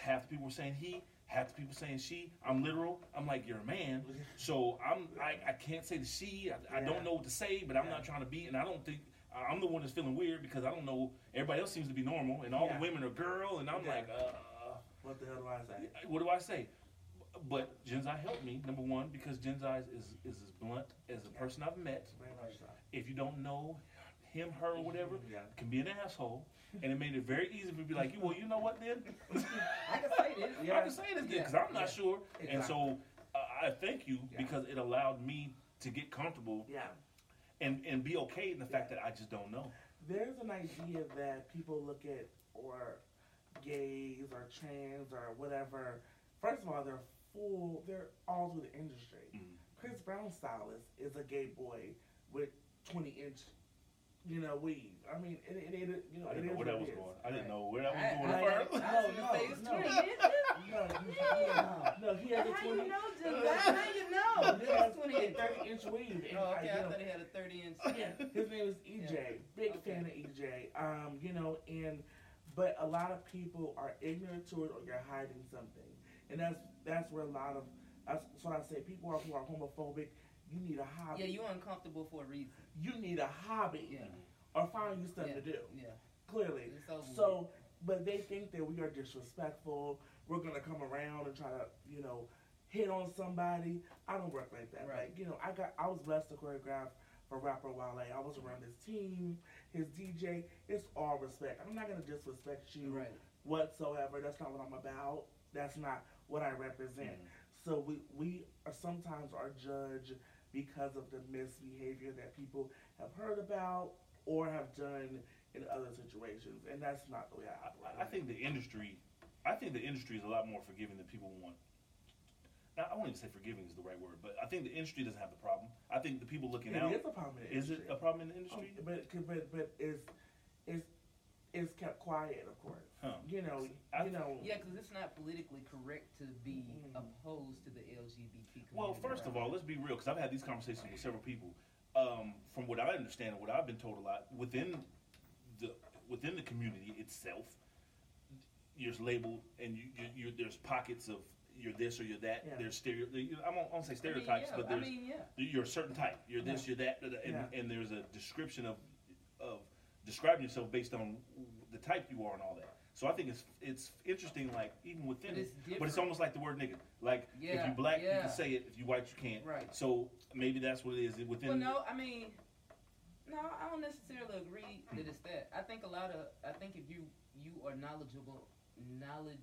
Speaker 2: half the people were saying he, half the people saying she. I'm literal. I'm like you're a man, so I'm I, I can't say the she. I, I
Speaker 3: Yeah.
Speaker 2: don't know what to say, but I'm
Speaker 3: Yeah.
Speaker 2: not trying to be. And I don't think I- I'm the one that's feeling weird because I don't know. Everybody else seems to be normal, and all
Speaker 3: Yeah.
Speaker 2: the women are girl, and I'm
Speaker 3: Yeah.
Speaker 2: like, uh,
Speaker 3: What the hell do I say?
Speaker 2: what do I say? But Genzai helped me, number one, because Genzai is, is as blunt as the person I've met.
Speaker 3: Very much so.
Speaker 2: If you don't know him, her, or whatever,
Speaker 3: Yeah.
Speaker 2: can be an asshole, and it made it very easy for me to be like, well, you know what, then
Speaker 4: I can say this.
Speaker 2: I
Speaker 3: Yeah.
Speaker 2: can say this
Speaker 4: Yeah.
Speaker 2: because I'm not sure, and so uh, I thank you
Speaker 3: Yeah.
Speaker 2: because it allowed me to get comfortable
Speaker 3: Yeah.
Speaker 2: and and be okay in the fact that I just don't know.
Speaker 3: There's an idea that people look at or gays or trans or whatever. First of all, they're full. They're all through the industry.
Speaker 2: Mm.
Speaker 3: Chris Brown stylist is a gay boy with 20 inch, you know, weave. I mean, it, it, it you know,
Speaker 2: I
Speaker 3: it
Speaker 2: didn't know
Speaker 3: is
Speaker 2: where that
Speaker 3: what
Speaker 2: was
Speaker 3: it is.
Speaker 2: going. I didn't
Speaker 4: Right.
Speaker 2: know where that
Speaker 4: I-
Speaker 2: was
Speaker 4: I-
Speaker 2: going at
Speaker 4: I
Speaker 2: first.
Speaker 4: was
Speaker 3: No,
Speaker 4: gonna say it's
Speaker 3: no,
Speaker 4: 20,
Speaker 3: no.
Speaker 4: isn't it?
Speaker 3: No, you- no, he has a 20.
Speaker 4: How you know, Jim? How you know?
Speaker 3: he has
Speaker 4: It's
Speaker 3: a
Speaker 4: 20 inch.
Speaker 3: 30 inch weave. And
Speaker 4: Oh,
Speaker 3: I,
Speaker 4: okay.
Speaker 3: you
Speaker 4: I
Speaker 3: know,
Speaker 4: thought he had a 30 inch.
Speaker 3: yeah, his name is EJ. Big
Speaker 4: Okay.
Speaker 3: fan of EJ. Um, you know, and but a lot of people are ignorant to it, or you're hiding something, and that's that's where a lot of that's what I say. People are, who are homophobic, you need a hobby.
Speaker 4: Yeah, you uncomfortable for a reason.
Speaker 3: you need a hobby,
Speaker 4: Yeah.
Speaker 3: or find you something
Speaker 4: yeah.
Speaker 3: to do.
Speaker 4: Yeah.
Speaker 3: Clearly,
Speaker 4: It's over with.
Speaker 3: so but they think that we are disrespectful. We're gonna come around and try to you know hit on somebody. I don't work like that.
Speaker 4: Right.
Speaker 3: Like you know, I got I was blessed to choreograph for rapper Wale. I was around his team, his DJ. It's all respect. I'm not gonna disrespect you
Speaker 4: Right.
Speaker 3: whatsoever. That's not what I'm about. That's not what I represent.
Speaker 2: Mm.
Speaker 3: So we we are sometimes are judged because of the misbehavior that people have heard about or have done in other situations, and that's not the way I operate.
Speaker 2: I- I think the industry, I think the industry is a lot more forgiving than people want. Now, I won't even say forgiving is the right word, but I think the industry doesn't have the problem. I think the people looking out
Speaker 3: it is a problem. in the
Speaker 2: is it
Speaker 3: industry.
Speaker 2: a problem in the industry?
Speaker 3: Um, but but but it's it's it's kept quiet, of course.
Speaker 2: Huh.
Speaker 3: You know,
Speaker 2: I-
Speaker 3: you know.
Speaker 4: Yeah, because it's not politically correct to be
Speaker 3: Mhm.
Speaker 4: opposed to the LGBT community.
Speaker 2: Well, first of
Speaker 4: right?
Speaker 2: all, let's be real, because I've had these conversations with several people. Um, from what I understand and what I've been told a lot within the within the community itself, you're labeled and you, you, you there's pockets of you're this or you're that.
Speaker 3: Yeah.
Speaker 2: There's stereo. you- I won't, I won't say
Speaker 4: I mean,
Speaker 2: stereotypes,
Speaker 4: yeah,
Speaker 2: but
Speaker 4: I
Speaker 2: there's
Speaker 4: mean, yeah.
Speaker 2: you're a certain type. You're this, you're that, da- da- and,
Speaker 3: Yeah.
Speaker 2: and there's a description of of describing yourself based on the type you are and all that. So I think it's it's interesting, like even within
Speaker 4: But
Speaker 2: it,
Speaker 4: it's different.
Speaker 2: but it's almost like the word nigga. Like if
Speaker 4: Yeah,
Speaker 2: you black, you
Speaker 4: yeah.
Speaker 2: can say it. If you white, you can't.
Speaker 4: Right.
Speaker 2: So maybe that's what it is it- within.
Speaker 4: Well, no, I mean, no, I don't necessarily agree that it's that. I think a lot of, I think if you you are knowledgeable,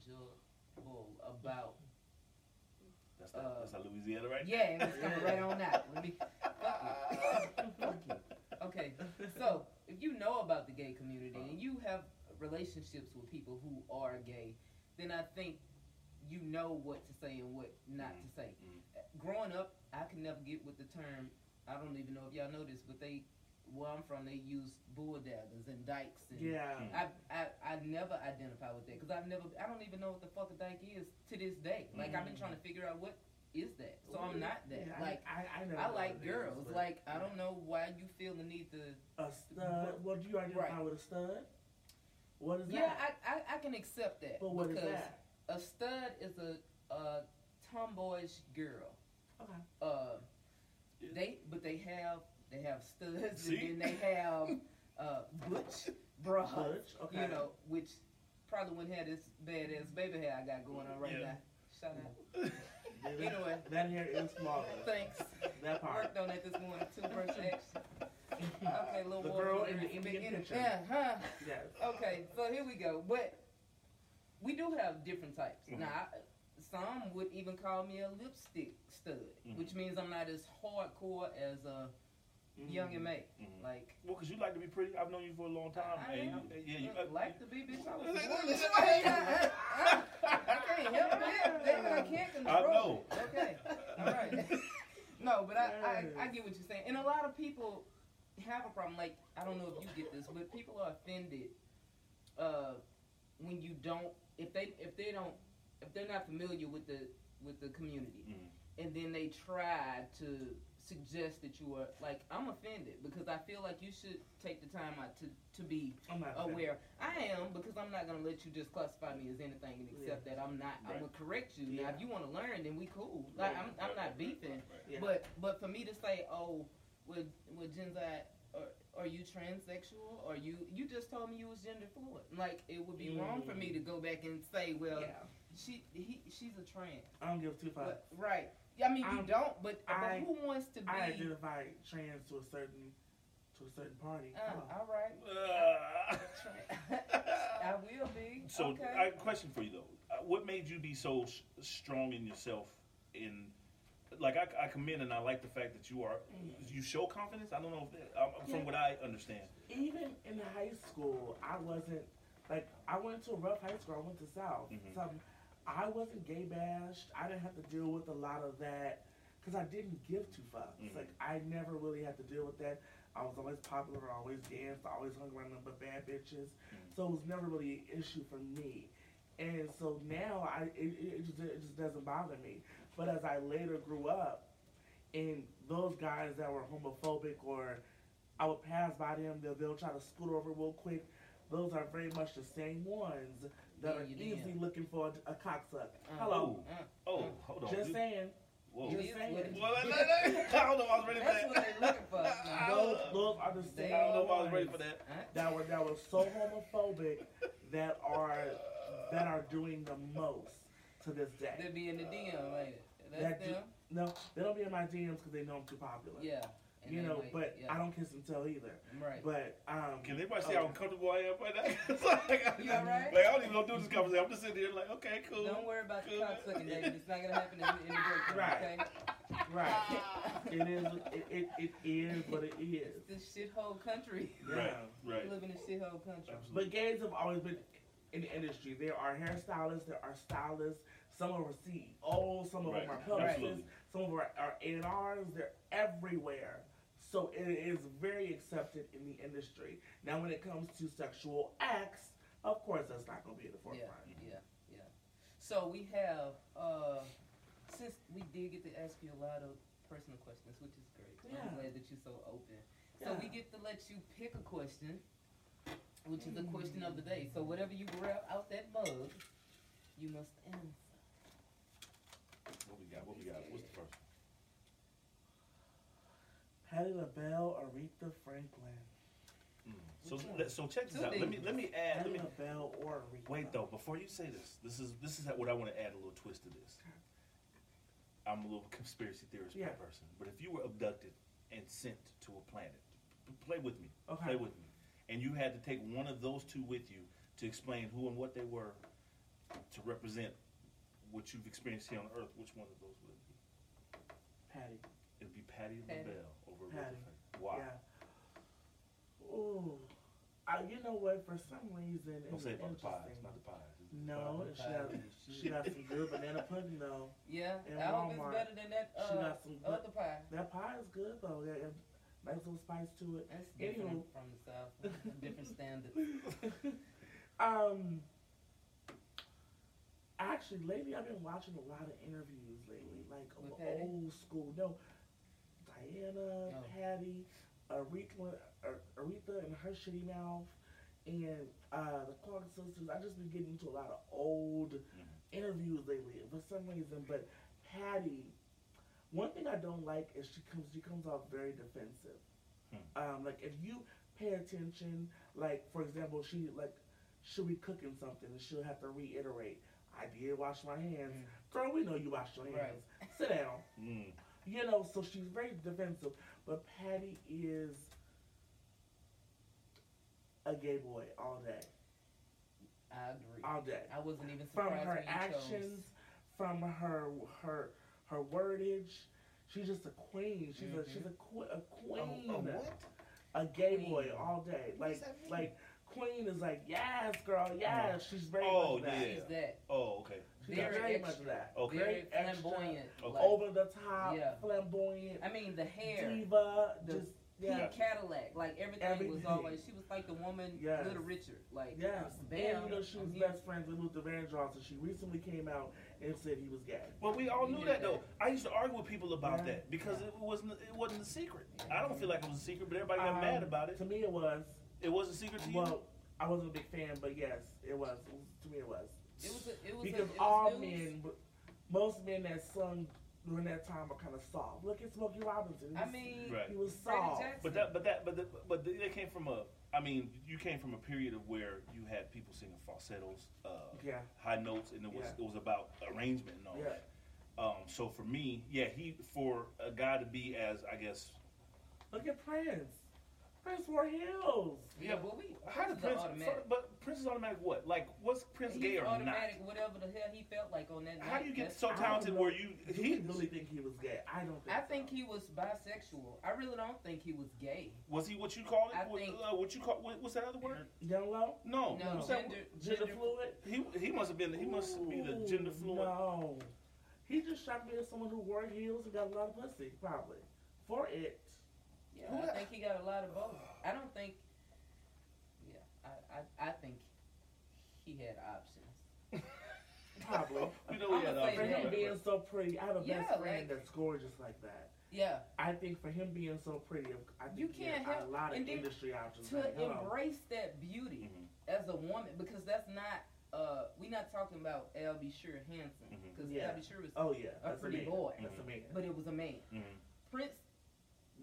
Speaker 4: knowledgeable about,
Speaker 2: that's, that,
Speaker 4: uh,
Speaker 2: that's that Louisiana, right?
Speaker 4: yeah, and it's coming right on out. Let me, fuck you. Fuck you. Okay, so if you know about the gay community and you have relationships with people who are gay, then I think you know what to say and what not to say.
Speaker 2: Mhm.
Speaker 4: Uh, Growing up, I could never get with the term. I don't even know if y'all know this, but they, where I'm from, they use bulldaggers and dykes. And
Speaker 3: Yeah.
Speaker 4: I, I, I never identify with that because I've never, I don't even know what the fuck a dyke is to this day. Like, I've been
Speaker 3: Mhm.
Speaker 4: trying to figure out what is that. So I'm not that.
Speaker 3: Yeah, I-
Speaker 4: like,
Speaker 3: I, I, know
Speaker 4: I
Speaker 3: what it
Speaker 4: like
Speaker 3: is,
Speaker 4: girls.
Speaker 3: but-
Speaker 4: Like I don't know why you feel the need to.
Speaker 3: A stud. Well, do you identify
Speaker 4: Right.
Speaker 3: with a stud? What is
Speaker 4: Yeah,
Speaker 3: that?
Speaker 4: I, I, I can accept that
Speaker 3: but what is
Speaker 4: because
Speaker 3: that?
Speaker 4: a stud is a, a tomboyish girl.
Speaker 3: Okay.
Speaker 4: Uh, they but they have they have studs
Speaker 2: See?
Speaker 4: and then they have uh, butch bras.
Speaker 3: Butch, okay.
Speaker 4: You know, which probably wouldn't have this badass baby hair I got going on right
Speaker 2: Yeah.
Speaker 4: now. Shout out.
Speaker 3: That-
Speaker 4: Anyway.
Speaker 3: That hair is flawless.
Speaker 4: Thanks.
Speaker 3: That part.
Speaker 4: Worked on it this morning. Two brush action. Okay, little
Speaker 3: The
Speaker 4: boy.
Speaker 3: girl in the
Speaker 4: big
Speaker 3: Indian
Speaker 4: inner-
Speaker 3: picture.
Speaker 4: Yeah, huh?
Speaker 3: Yes.
Speaker 4: Okay, so here we go. But we do have different types.
Speaker 2: Mm-hmm.
Speaker 4: Now, I, some would even call me a lipstick stud,
Speaker 2: Mhm.
Speaker 4: which means I'm not as hardcore as a
Speaker 3: Mm-hmm.
Speaker 4: young and May.
Speaker 2: Mhm.
Speaker 4: Like,
Speaker 2: Well, because you like to be pretty. I've known you for a long time.
Speaker 4: I
Speaker 2: and
Speaker 4: am.
Speaker 2: you, yeah, you uh,
Speaker 4: I like the big bitch. I was born
Speaker 2: Look at
Speaker 4: this
Speaker 2: this
Speaker 4: way.
Speaker 2: man.
Speaker 4: I, I- I can't help it. Baby, I can't control
Speaker 2: I know.
Speaker 4: it. Okay, all right. No, but I, I, I get what you're saying. And a lot of people have a problem. Like, I don't know if you get this, but people are offended uh, when you don't if they if they don't if they're not familiar with the with the community
Speaker 2: Mhm.
Speaker 4: and then they try to suggest that you are like I'm offended because I feel like you should take the time out to to be
Speaker 3: I'm not offended.
Speaker 4: aware. I am because I'm not gonna let you just classify me as anything and accept that I'm not. I'm
Speaker 2: Right.
Speaker 4: gonna correct you. Now
Speaker 3: Yeah.
Speaker 4: if you want to learn, then we cool. Like I'm I'm not beefing.
Speaker 3: Yeah.
Speaker 4: But but for me to say, oh, with with Gen Z, are, are you transsexual? Or you you just told me you was gender fluid. Like it would be wrong for me to go back and say, well,
Speaker 3: yeah.
Speaker 4: she he, she's a trans.
Speaker 3: I don't give two fucks.
Speaker 4: But- right. Yeah, I mean you
Speaker 3: I'm-
Speaker 4: don't. But,
Speaker 3: I-
Speaker 4: but who wants to be?
Speaker 3: I identify trans to a certain to a certain party.
Speaker 4: Uh, all right. I will be.
Speaker 2: Uh, so,
Speaker 4: okay.
Speaker 2: I question for you though. Uh, What made you be so s- strong in yourself? In like, I, I commend and I like the fact that you are
Speaker 4: Mm.
Speaker 2: you show confidence. I don't know if that, um,
Speaker 3: Yeah.
Speaker 2: from what I understand.
Speaker 3: Even in high school, I wasn't like I went to a rough high school. I went to South.
Speaker 2: Mhm.
Speaker 3: So I wasn't gay bashed. I didn't have to deal with a lot of that because I didn't give two fucks.
Speaker 2: Mhm.
Speaker 3: Like I never really had to deal with that. I was always popular. I always danced. I always hung around them but bad bitches.
Speaker 2: Mhm.
Speaker 3: So it was never really an issue for me. And so now I it, it, it just, it just doesn't bother me. But as I later grew up, and those guys that were homophobic or I would pass by them, they'll, they'll try to scoot over real quick. Those are very much the same ones that
Speaker 4: Yeah,
Speaker 3: are
Speaker 4: you
Speaker 3: easily
Speaker 4: did.
Speaker 3: looking for a, a cocksuck.
Speaker 4: Uh,
Speaker 3: Hello.
Speaker 4: uh,
Speaker 2: Oh, hold on.
Speaker 3: Just
Speaker 2: You-
Speaker 3: saying.
Speaker 2: Whoa.
Speaker 4: you
Speaker 3: Just
Speaker 4: is
Speaker 3: saying.
Speaker 4: what it-
Speaker 2: Well, I- I- I don't know. if I was ready for
Speaker 4: That's
Speaker 2: that.
Speaker 4: what they're looking for.
Speaker 2: I
Speaker 4: Now,
Speaker 3: Those,
Speaker 2: don't know.
Speaker 3: those are the
Speaker 2: I
Speaker 3: same
Speaker 2: don't know if I was
Speaker 3: ones
Speaker 2: ready for that.
Speaker 4: uh,
Speaker 3: that were that were so homophobic that are that are doing the most to this day.
Speaker 4: They'll be in the DM later. That's
Speaker 3: That
Speaker 4: them.
Speaker 3: No, they don't be in my DMs because they know I'm too popular.
Speaker 4: yeah.
Speaker 3: you
Speaker 4: they
Speaker 3: know,
Speaker 4: might-
Speaker 3: but
Speaker 4: yeah.
Speaker 3: I don't kiss and tell either.
Speaker 4: Right.
Speaker 3: But um,
Speaker 2: Can anybody see how uncomfortable I am right now? It's like,
Speaker 4: Oh. You all right?
Speaker 2: Like, I don't even know do this conversation. I'm just sitting here like, okay, cool.
Speaker 4: Don't worry about the
Speaker 2: Cool.
Speaker 4: cocksucking, David. It's not gonna happen in, in the break.
Speaker 3: Right.
Speaker 4: Okay.
Speaker 3: right, it is it, it, it is what it is.
Speaker 4: This shithole country.
Speaker 3: Yeah.
Speaker 2: Right, right.
Speaker 4: We live in a shithole country.
Speaker 2: Absolutely.
Speaker 3: But gays have always been in the industry. There are hairstylists, there are stylists. Some of them are CEOs, some of
Speaker 2: Right.
Speaker 3: them are publicists,
Speaker 2: Absolutely.
Speaker 3: some of them are, are A&Rs. They're everywhere. So it is very accepted in the industry. Now, when it comes to sexual acts, of course, that's not going to be in the
Speaker 4: Yeah,
Speaker 3: forefront.
Speaker 4: yeah, yeah. So we have, uh, since we did get to ask you a lot of personal questions, which is great.
Speaker 3: Yeah.
Speaker 4: I'm glad that you're so open.
Speaker 3: Yeah.
Speaker 4: So we get to let you pick a question, which is the
Speaker 3: Mm.
Speaker 4: question of the day. So whatever you grab out that mug, you must answer.
Speaker 2: What we got? What we got? What's the first? one?
Speaker 3: Patti LaBelle, Aretha Franklin.
Speaker 2: So let, so check this
Speaker 4: Two
Speaker 2: out. Let me let me add.
Speaker 3: Patti
Speaker 2: Let me
Speaker 3: LaBelle or Aretha.
Speaker 2: wait though. Before you say this, this is this is what I want to add a little twist to this. I'm a little conspiracy theorist
Speaker 3: Yeah.
Speaker 2: person, but if you were abducted and sent to a planet, play with me.
Speaker 3: Okay.
Speaker 2: Play with me, and you had to take one of those two with you to explain who and what they were to represent what you've experienced here on Earth. Which one of those would it be?
Speaker 3: Patty.
Speaker 2: It'd be Patty
Speaker 4: Patty.
Speaker 2: LaBelle over
Speaker 3: Patty.
Speaker 2: Elizabeth. Why?
Speaker 3: Yeah. Ooh. I, you know what? For some reason, it
Speaker 2: Don't
Speaker 3: was
Speaker 2: say about the
Speaker 3: interesting.
Speaker 2: pies. Not the pies.
Speaker 3: No,
Speaker 2: Pie.
Speaker 3: she got, she got some good banana pudding though.
Speaker 4: Yeah,
Speaker 3: In
Speaker 4: I
Speaker 3: Walmart,
Speaker 4: hope it's better than that
Speaker 3: she
Speaker 4: uh,
Speaker 3: got some good.
Speaker 4: other pie.
Speaker 3: That pie is good though. Yeah, and nice little spice to it.
Speaker 4: That's
Speaker 3: Anywho.
Speaker 4: different from the South. different standards.
Speaker 3: Um, actually, lately I've been watching a lot of interviews lately, like
Speaker 4: With
Speaker 3: of
Speaker 4: Patty?
Speaker 3: old school. No, Diana,
Speaker 4: Oh.
Speaker 3: Patty, Aretha, Ar- Aretha, and her shitty mouth, and uh, the Clark sisters. I just been getting into a lot of old interviews lately for some reason. But Patty, one thing I don't like is she comes she comes off very defensive.
Speaker 2: Hmm.
Speaker 3: Um, like if you pay attention, like for example, she like she'll be cooking something and she'll have to reiterate, "I did wash my hands." Girl, we know you washed your hands. Sit down.
Speaker 2: Mm.
Speaker 3: You know, so she's very defensive. But Patty is a gay boy all day,
Speaker 4: I agree.
Speaker 3: all day.
Speaker 4: I wasn't even
Speaker 3: from
Speaker 4: surprised
Speaker 3: her
Speaker 4: when you chose.
Speaker 3: actions, from her her her wordage. She's just a queen. She's a she's a, qu- a queen.
Speaker 2: Oh, what?
Speaker 3: A gay
Speaker 4: Mm-hmm. Queen.
Speaker 3: boy all day. Like
Speaker 2: that mean?
Speaker 3: like queen is like yes, girl,
Speaker 4: Mm.
Speaker 3: yes. She's very
Speaker 2: Oh,
Speaker 3: much that.
Speaker 2: yeah.
Speaker 4: She's that.
Speaker 2: Oh, okay.
Speaker 3: She's
Speaker 4: Very
Speaker 3: very
Speaker 4: extra.
Speaker 3: much that.
Speaker 2: Okay.
Speaker 4: Very
Speaker 3: Very extra.
Speaker 4: flamboyant.
Speaker 2: Okay.
Speaker 4: like-
Speaker 3: Over the top,
Speaker 4: Yeah.
Speaker 3: flamboyant,
Speaker 4: I mean, the hair.
Speaker 3: diva.
Speaker 4: The
Speaker 3: just
Speaker 4: Pink
Speaker 3: yeah.
Speaker 4: Cadillac. Like, everything, was
Speaker 3: Everything.
Speaker 4: always. She was like the woman,
Speaker 3: Yes.
Speaker 4: Little Richard. Like,
Speaker 3: Yes,
Speaker 4: bam.
Speaker 3: and you know she was
Speaker 4: I'm here.
Speaker 3: best friends with Luther Vandross, and she recently came out and said he was gay.
Speaker 2: Well, we all
Speaker 4: You
Speaker 2: knew
Speaker 4: knew
Speaker 2: that
Speaker 4: that.
Speaker 2: though. I used to argue with people about
Speaker 3: Yeah.
Speaker 2: that because
Speaker 4: Yeah.
Speaker 2: it wasn't it wasn't a secret. I don't feel like it was a secret, but everybody got
Speaker 3: Um,
Speaker 2: mad about it.
Speaker 3: To me, it was
Speaker 2: It was a secret to you.
Speaker 3: Well, I wasn't a big fan, but yes, it was. It was- to me, it was.
Speaker 4: It was, a, it was a,
Speaker 3: Because
Speaker 4: it was
Speaker 3: all
Speaker 4: news.
Speaker 3: men, w- most men that sung during that time were kind of soft. Look at Smokey Robinson. He
Speaker 4: I
Speaker 3: was-
Speaker 4: mean,
Speaker 2: Right.
Speaker 3: he was
Speaker 4: Freddie
Speaker 3: soft.
Speaker 4: Jackson.
Speaker 2: but that, but that, but the, but the, they came from a. I mean, you came from a period of where you had people singing falsettos, uh,
Speaker 3: Yeah.
Speaker 2: high notes, and it was
Speaker 3: Yeah.
Speaker 2: it was about arrangement and all
Speaker 3: Yeah.
Speaker 2: that. Um, so for me, yeah, he for a guy to be as I guess
Speaker 3: Look at Prince. Prince wore heels.
Speaker 4: Yeah, but we.
Speaker 2: How did
Speaker 4: the
Speaker 2: Prince?
Speaker 4: automatic?
Speaker 2: so- but Prince is automatic. What? Like, was Prince
Speaker 4: He's
Speaker 2: gay or not?
Speaker 4: automatic, whatever the hell he felt like on that night.
Speaker 2: How do you get
Speaker 4: That's-
Speaker 2: so
Speaker 3: I don't
Speaker 2: talented
Speaker 3: know.
Speaker 2: where you?
Speaker 3: Do
Speaker 2: He
Speaker 3: you really think he was gay? I don't think
Speaker 4: I think
Speaker 3: so.
Speaker 4: he was bisexual. I really don't think he was gay.
Speaker 2: was he what you call it?
Speaker 4: I
Speaker 2: What,
Speaker 4: think-
Speaker 2: uh, what you call? What, what's that other word?
Speaker 3: Young Lo?
Speaker 2: No.
Speaker 4: No,
Speaker 2: What's that?
Speaker 4: gender,
Speaker 3: Gender
Speaker 4: gender,
Speaker 3: fluid?
Speaker 2: word? He he must have been. He must be the gender
Speaker 3: Ooh,
Speaker 2: fluid.
Speaker 3: No. He just struck me as someone who wore heels and got a lot of pussy, probably. For it.
Speaker 4: Yeah, I think he got a lot of both. I don't think. Yeah, I, I, I think he had options.
Speaker 3: Probably.
Speaker 2: we know he had
Speaker 4: I'ma
Speaker 2: uh,
Speaker 4: say
Speaker 3: For him
Speaker 4: that.
Speaker 2: options.
Speaker 3: being so pretty, I have a best
Speaker 4: Yeah,
Speaker 3: friend
Speaker 4: like-
Speaker 3: that's gorgeous like that.
Speaker 4: Yeah,
Speaker 3: I think for him being so pretty, I think
Speaker 4: You
Speaker 3: he had
Speaker 4: can't
Speaker 3: a
Speaker 4: help-
Speaker 3: lot of
Speaker 4: and then
Speaker 3: industry options.
Speaker 4: to
Speaker 3: like, Mm-hmm. hello.
Speaker 4: embrace that beauty
Speaker 2: Mhm.
Speaker 4: as a woman, because that's not. Uh, we're not talking about Albie Sure Hansen,
Speaker 2: Mhm.
Speaker 4: because
Speaker 3: Mm-hmm. Yeah.
Speaker 4: Albie Sure was,
Speaker 3: Oh yeah,
Speaker 4: A
Speaker 3: that's
Speaker 4: pretty
Speaker 3: man. Mm-hmm.
Speaker 4: boy.
Speaker 3: That's a man.
Speaker 4: but it was a man.
Speaker 2: Mhm.
Speaker 4: Prince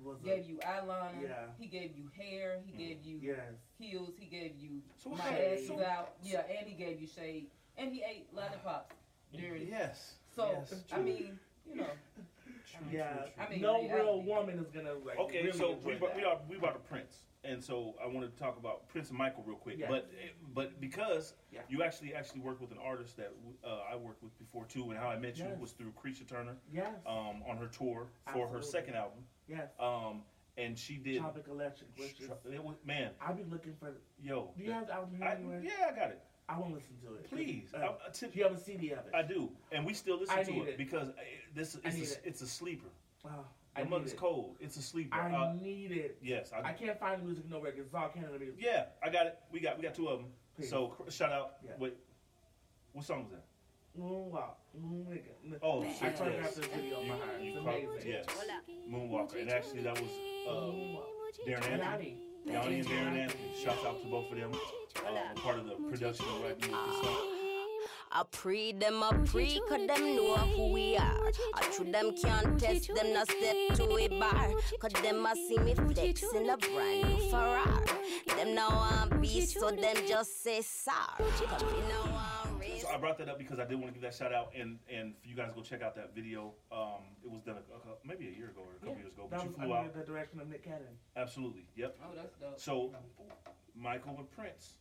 Speaker 3: Was a-
Speaker 4: gave you eyeliner.
Speaker 3: Yeah. Mm-hmm.
Speaker 4: He gave you hair. He
Speaker 2: Mhm.
Speaker 4: gave you
Speaker 3: yes.
Speaker 4: heels. He gave you
Speaker 2: So
Speaker 4: my
Speaker 2: what
Speaker 4: ass
Speaker 2: kind
Speaker 4: is
Speaker 2: so-
Speaker 4: out. Yeah, and he gave you shade. And he ate lollipops during.
Speaker 2: Yes.
Speaker 4: So
Speaker 2: yes,
Speaker 4: I
Speaker 2: true.
Speaker 4: mean, you know,
Speaker 2: True,
Speaker 3: Yeah.
Speaker 2: true, true.
Speaker 4: I mean,
Speaker 3: no real
Speaker 4: reality.
Speaker 3: woman is gonna like.
Speaker 2: Okay,
Speaker 3: really
Speaker 2: so
Speaker 3: enjoy
Speaker 2: we, bu-
Speaker 3: that.
Speaker 2: we are we brought a Prince, and so I wanted to talk about Prince and Michael real quick.
Speaker 3: Yeah.
Speaker 2: But eh, but because
Speaker 3: Yeah.
Speaker 2: you actually actually worked with an artist that uh, I worked with before too, and how I met you
Speaker 3: Yes.
Speaker 2: was through Creature Turner
Speaker 3: Yes.
Speaker 2: um, on her tour for her
Speaker 3: Absolutely.
Speaker 2: second album,
Speaker 3: yes.
Speaker 2: um, and she did.
Speaker 3: Tropic Electric, which is.
Speaker 2: Tro- it was, man,
Speaker 3: I'll be looking for.
Speaker 2: yo,
Speaker 3: Do you have the album here
Speaker 2: I,
Speaker 3: anywhere?
Speaker 2: yeah, I got it.
Speaker 3: I won't listen to it.
Speaker 2: Please,
Speaker 3: Uh,
Speaker 2: I, I tip-
Speaker 3: do you have a CD of it?
Speaker 2: I do, and we still listen
Speaker 3: I
Speaker 2: to
Speaker 3: need
Speaker 2: it,
Speaker 3: it.
Speaker 2: because uh, this
Speaker 3: I
Speaker 2: it's
Speaker 3: need
Speaker 2: a,
Speaker 3: it.
Speaker 2: it's a sleeper.
Speaker 3: Oh, I
Speaker 2: The
Speaker 3: need
Speaker 2: mother's
Speaker 3: it.
Speaker 2: cold. It's a sleeper.
Speaker 3: I
Speaker 2: Uh,
Speaker 3: need it.
Speaker 2: yes, I,
Speaker 3: I can't find the music nowhere. It's all Canada music.
Speaker 2: Yeah, I got it. We got we got two of them.
Speaker 3: Please.
Speaker 2: So cr- shout out.
Speaker 3: Yeah.
Speaker 2: Wait, what song was that?
Speaker 3: Moonwalk. Moonwalk.
Speaker 2: Oh,
Speaker 3: I
Speaker 2: shit,
Speaker 3: photographed
Speaker 2: yes.
Speaker 3: this video in my heart. It's
Speaker 2: You probably-
Speaker 3: amazing.
Speaker 2: yes. Moonwalker, and actually that was uh, Darren Anthony. Yanni and Darren Anthony. Shout out to both of them. Uh, a part of the production of Right Music. So,
Speaker 5: I pre them, I pre, cause them know who we are. I true them can't test them, not step to a bar. Cause them I see me flexing a brand new Ferrari. Them now I'm beast, so them just say sorry. Cause me now I'm race.
Speaker 2: so I brought that up because I did want to give that shout out, and and for you guys to go check out that video. Um, it was done a, a, cou- maybe a year ago or a couple years ago, but
Speaker 3: That
Speaker 2: you
Speaker 3: was
Speaker 2: flew
Speaker 3: under
Speaker 2: out.
Speaker 3: the direction of Nick Cannon.
Speaker 2: Absolutely, yep.
Speaker 4: oh, that's dope.
Speaker 2: So Michael and Prince.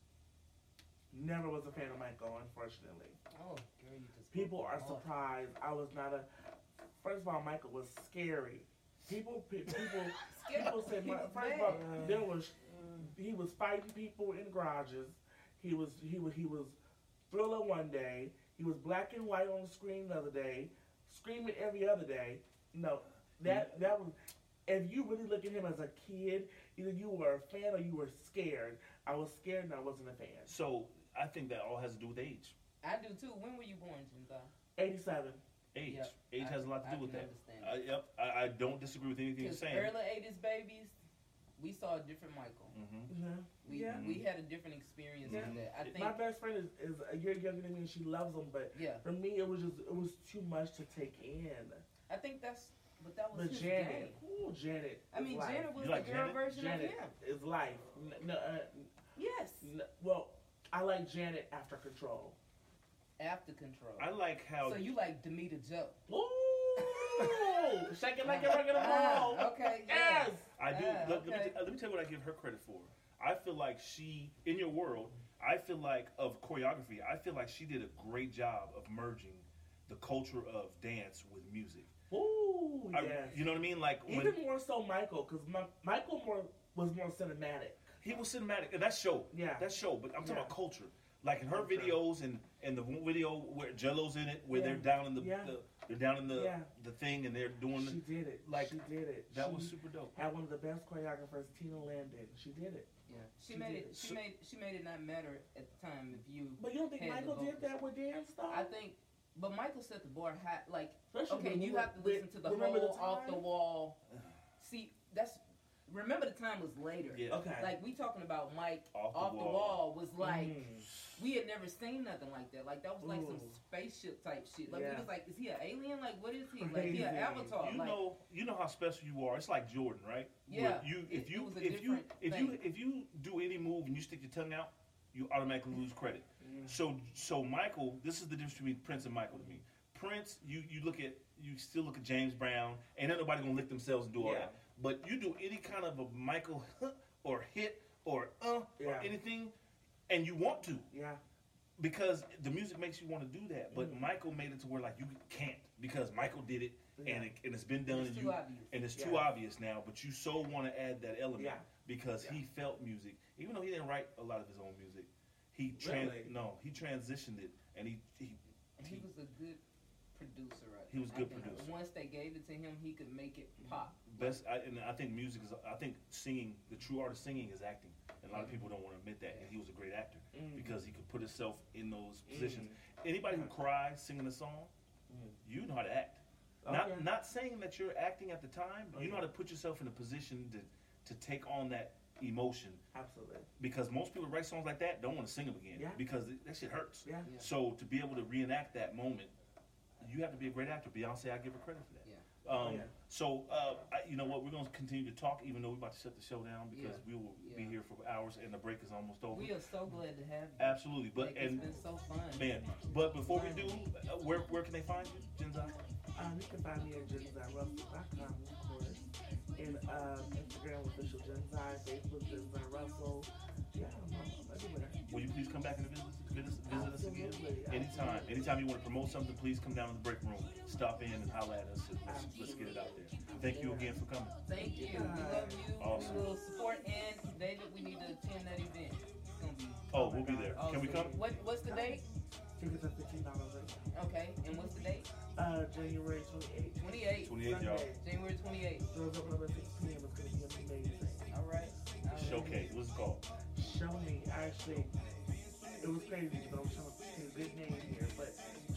Speaker 3: Never was a fan of Michael, unfortunately.
Speaker 4: oh, girl, you just
Speaker 3: People are
Speaker 4: Oh.
Speaker 3: surprised. I was not a. First of all, Michael was scary. People, pe- people, people said. My, first of all, there was he was fighting people in garages. He was he was he was thriller one day. He was black and white on the screen the other day. Screaming every other day. No, that that was. If you really look at him as a kid, either you were a fan or you were scared. I was scared and I wasn't a fan.
Speaker 2: So I think that all has to do with age.
Speaker 4: I do too. When were you born, Jinza?
Speaker 3: Eighty-seven.
Speaker 2: Age.
Speaker 4: Yep,
Speaker 2: Age
Speaker 4: I-
Speaker 2: has a lot to
Speaker 4: I
Speaker 2: do with
Speaker 4: can
Speaker 2: that.
Speaker 4: understand
Speaker 2: I, yep. I, I don't disagree with anything you're
Speaker 4: Because
Speaker 2: saying.
Speaker 4: early '80s babies, we saw a different Michael.
Speaker 2: hmm
Speaker 3: Yeah.
Speaker 4: We
Speaker 3: yeah.
Speaker 4: we had a different experience
Speaker 2: Yeah.
Speaker 4: with that. I
Speaker 2: It-
Speaker 4: think.
Speaker 3: My best friend is, is a year younger than me, and she loves him. But
Speaker 4: yeah,
Speaker 3: for me, it was just it was too much to take in.
Speaker 4: I think that's. But that was
Speaker 3: But
Speaker 4: his game.
Speaker 3: Janet, ooh, Janet.
Speaker 4: Oh, I
Speaker 3: is
Speaker 4: mean,
Speaker 3: life.
Speaker 4: Janet was
Speaker 2: You like
Speaker 4: the girl
Speaker 2: Janet?
Speaker 4: version
Speaker 3: Janet
Speaker 4: of him.
Speaker 3: is life. N- No, uh,
Speaker 4: Yes.
Speaker 3: n- well, I like Janet after Control.
Speaker 4: After control.
Speaker 2: I like how
Speaker 4: so you like Demeter Joe?
Speaker 3: Ooh, shake it like you're rocking a ball.
Speaker 4: Ah, okay. Yeah.
Speaker 3: Yes.
Speaker 2: I do.
Speaker 4: Ah,
Speaker 2: look, let, me
Speaker 4: okay.
Speaker 2: t- uh, let me tell you what I give her credit for. I feel like she, in your world, I feel like of choreography, I feel like she did a great job of merging the culture of dance with music.
Speaker 3: Ooh,
Speaker 2: I-
Speaker 3: yes.
Speaker 2: you know what I mean? Like when
Speaker 3: Even more so, Michael, because Michael more was more cinematic.
Speaker 2: he was cinematic, and that show,
Speaker 3: Yeah.
Speaker 2: that show. But I'm talking
Speaker 3: Yeah.
Speaker 2: about culture. Like in her
Speaker 3: Culture.
Speaker 2: videos, and and the one video where Jello's in it, where
Speaker 3: Yeah.
Speaker 2: they're down in the,
Speaker 3: Yeah.
Speaker 2: the they're down in the
Speaker 3: Yeah.
Speaker 2: the thing, and they're doing
Speaker 3: She did it.
Speaker 2: like,
Speaker 3: she did it.
Speaker 2: that
Speaker 3: She
Speaker 2: was super dope.
Speaker 3: had one of the best choreographers, Tina Landon. She did it.
Speaker 4: Yeah. She
Speaker 3: She
Speaker 4: made
Speaker 3: did.
Speaker 4: it. She
Speaker 2: So-
Speaker 4: made. She made it not matter at the time if you.
Speaker 3: But you don't think
Speaker 4: Had the
Speaker 3: Michael did
Speaker 4: vocals.
Speaker 3: that with dance though?
Speaker 4: I think. But Michael set the bar high. Like
Speaker 3: Especially
Speaker 4: Okay,
Speaker 3: when
Speaker 4: you
Speaker 3: we
Speaker 4: have to
Speaker 3: were-
Speaker 4: listen to the
Speaker 3: remember
Speaker 4: whole
Speaker 3: time?
Speaker 4: off the wall. See, that's remember the time was later.
Speaker 2: Yeah.
Speaker 3: Okay.
Speaker 4: Like we talking about Mike
Speaker 2: Off
Speaker 4: off
Speaker 2: the
Speaker 4: the,
Speaker 2: Wall.
Speaker 4: wall. was like
Speaker 3: Mm.
Speaker 4: we had never seen nothing like that. Like that was like some
Speaker 3: Ooh.
Speaker 4: spaceship type shit. Like
Speaker 3: Yeah.
Speaker 4: we was like, is he an alien? Like what is he? Like he
Speaker 3: Crazy.
Speaker 4: an avatar?
Speaker 2: You
Speaker 4: like
Speaker 2: know, you know how special you are. It's like Jordan, right? Where
Speaker 4: Yeah,
Speaker 2: You
Speaker 4: it-
Speaker 2: if
Speaker 4: it
Speaker 2: you
Speaker 4: was a
Speaker 2: if you
Speaker 4: different
Speaker 2: if you
Speaker 4: thing.
Speaker 2: if you do any move and you stick your tongue out, you automatically lose credit.
Speaker 4: Mm-hmm.
Speaker 2: So so Michael, this is the difference between Prince and Michael to me. Prince, you you look at you still look at James Brown, and ain't nobody gonna lick themselves and do all
Speaker 3: Yeah.
Speaker 2: that. But you do any kind of a Michael or hit or uh or
Speaker 3: Yeah.
Speaker 2: anything, and you want to
Speaker 3: Yeah.
Speaker 2: because the music makes you want to do that. But Michael made it to where like you can't because Michael did it and it, and it's been done
Speaker 4: It's
Speaker 2: and
Speaker 4: too
Speaker 2: you
Speaker 4: obvious.
Speaker 2: and it's too
Speaker 3: Yeah.
Speaker 2: obvious now. But you so want to add that element
Speaker 3: Yeah.
Speaker 2: because he felt music, even though he didn't write a lot of his own music. He trans
Speaker 3: Really?
Speaker 2: no he transitioned it and he he,
Speaker 4: And he
Speaker 2: he
Speaker 4: was a good producer. I
Speaker 2: He was good
Speaker 4: think. I think
Speaker 2: producer.
Speaker 4: Once they gave it to him, he could make it pop.
Speaker 2: best I, and I think music is I think singing the true art of singing is acting. And a lot of people don't want to admit that. And he was a great actor because he could put himself in those positions. Anybody who cries singing a song, you know how to act. Not
Speaker 4: Oh,
Speaker 3: Okay.
Speaker 2: not saying that you're acting at the time, but you know how to put yourself in a position to to take on that emotion
Speaker 3: Absolutely.
Speaker 2: because most people write songs like that don't want to sing them again
Speaker 3: Yeah.
Speaker 2: because it- that shit hurts.
Speaker 3: Yeah.
Speaker 4: Yeah.
Speaker 2: So to be able to reenact that moment, you have to be a great actor. Beyonce, I give her credit for that.
Speaker 4: Yeah.
Speaker 2: Um,
Speaker 3: Yeah.
Speaker 2: So uh, I, you know what? We're going to continue to talk, even though we're about to shut the show down because we
Speaker 4: Yeah.
Speaker 2: will be
Speaker 4: Yeah.
Speaker 2: here for hours and the break is almost over.
Speaker 4: We are so glad to have you.
Speaker 2: Absolutely, but
Speaker 4: Like,
Speaker 2: and
Speaker 4: it's been so fun.
Speaker 2: man, but before we do, uh, where where can they find you, Genza?
Speaker 3: Um, you can find me at jenzairussell.com, of course. And um, Instagram official Jenzai, Facebook Jenzai Russell. Yeah, I'm, I'm everywhere.
Speaker 2: Will you please come back and visit, visit, visit us again?
Speaker 3: Absolutely,
Speaker 2: Anytime.
Speaker 3: absolutely.
Speaker 2: Anytime you want to promote something, please come down to the break room. Stop in and holler at us. And let's, let's get it out there. Thank you again for coming.
Speaker 4: Thank you. We love you.
Speaker 2: Awesome.
Speaker 4: We will support and David. We need to attend that event. It's gonna be
Speaker 2: Oh, we'll be there.
Speaker 4: awesome.
Speaker 2: Can we come?
Speaker 4: What What's the date?
Speaker 3: Tickets are $15 right
Speaker 4: Okay, and what's the date?
Speaker 3: now. Uh, January 28th.
Speaker 4: 28.
Speaker 2: 28, y'all.
Speaker 3: Sunday.
Speaker 4: January 28.
Speaker 3: So it's open up at 6 p.m. It's going to be amazing.
Speaker 4: All right. All right.
Speaker 2: Showcase. What's it called?
Speaker 3: Shoney actually it was crazy because I was trying to pick a good name here, but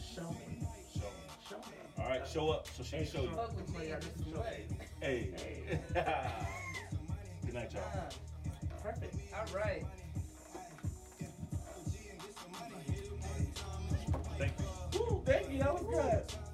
Speaker 3: Shoney.
Speaker 2: Show.
Speaker 3: Shoney.
Speaker 2: All right, show up so she can
Speaker 3: Hey,
Speaker 2: show you.
Speaker 4: Fuck with me. This is what?
Speaker 2: Hey. Good night, y'all.
Speaker 4: Uh,
Speaker 3: Perfect.
Speaker 4: all right.
Speaker 2: Thank you.
Speaker 3: Ooh, thank you. That was good.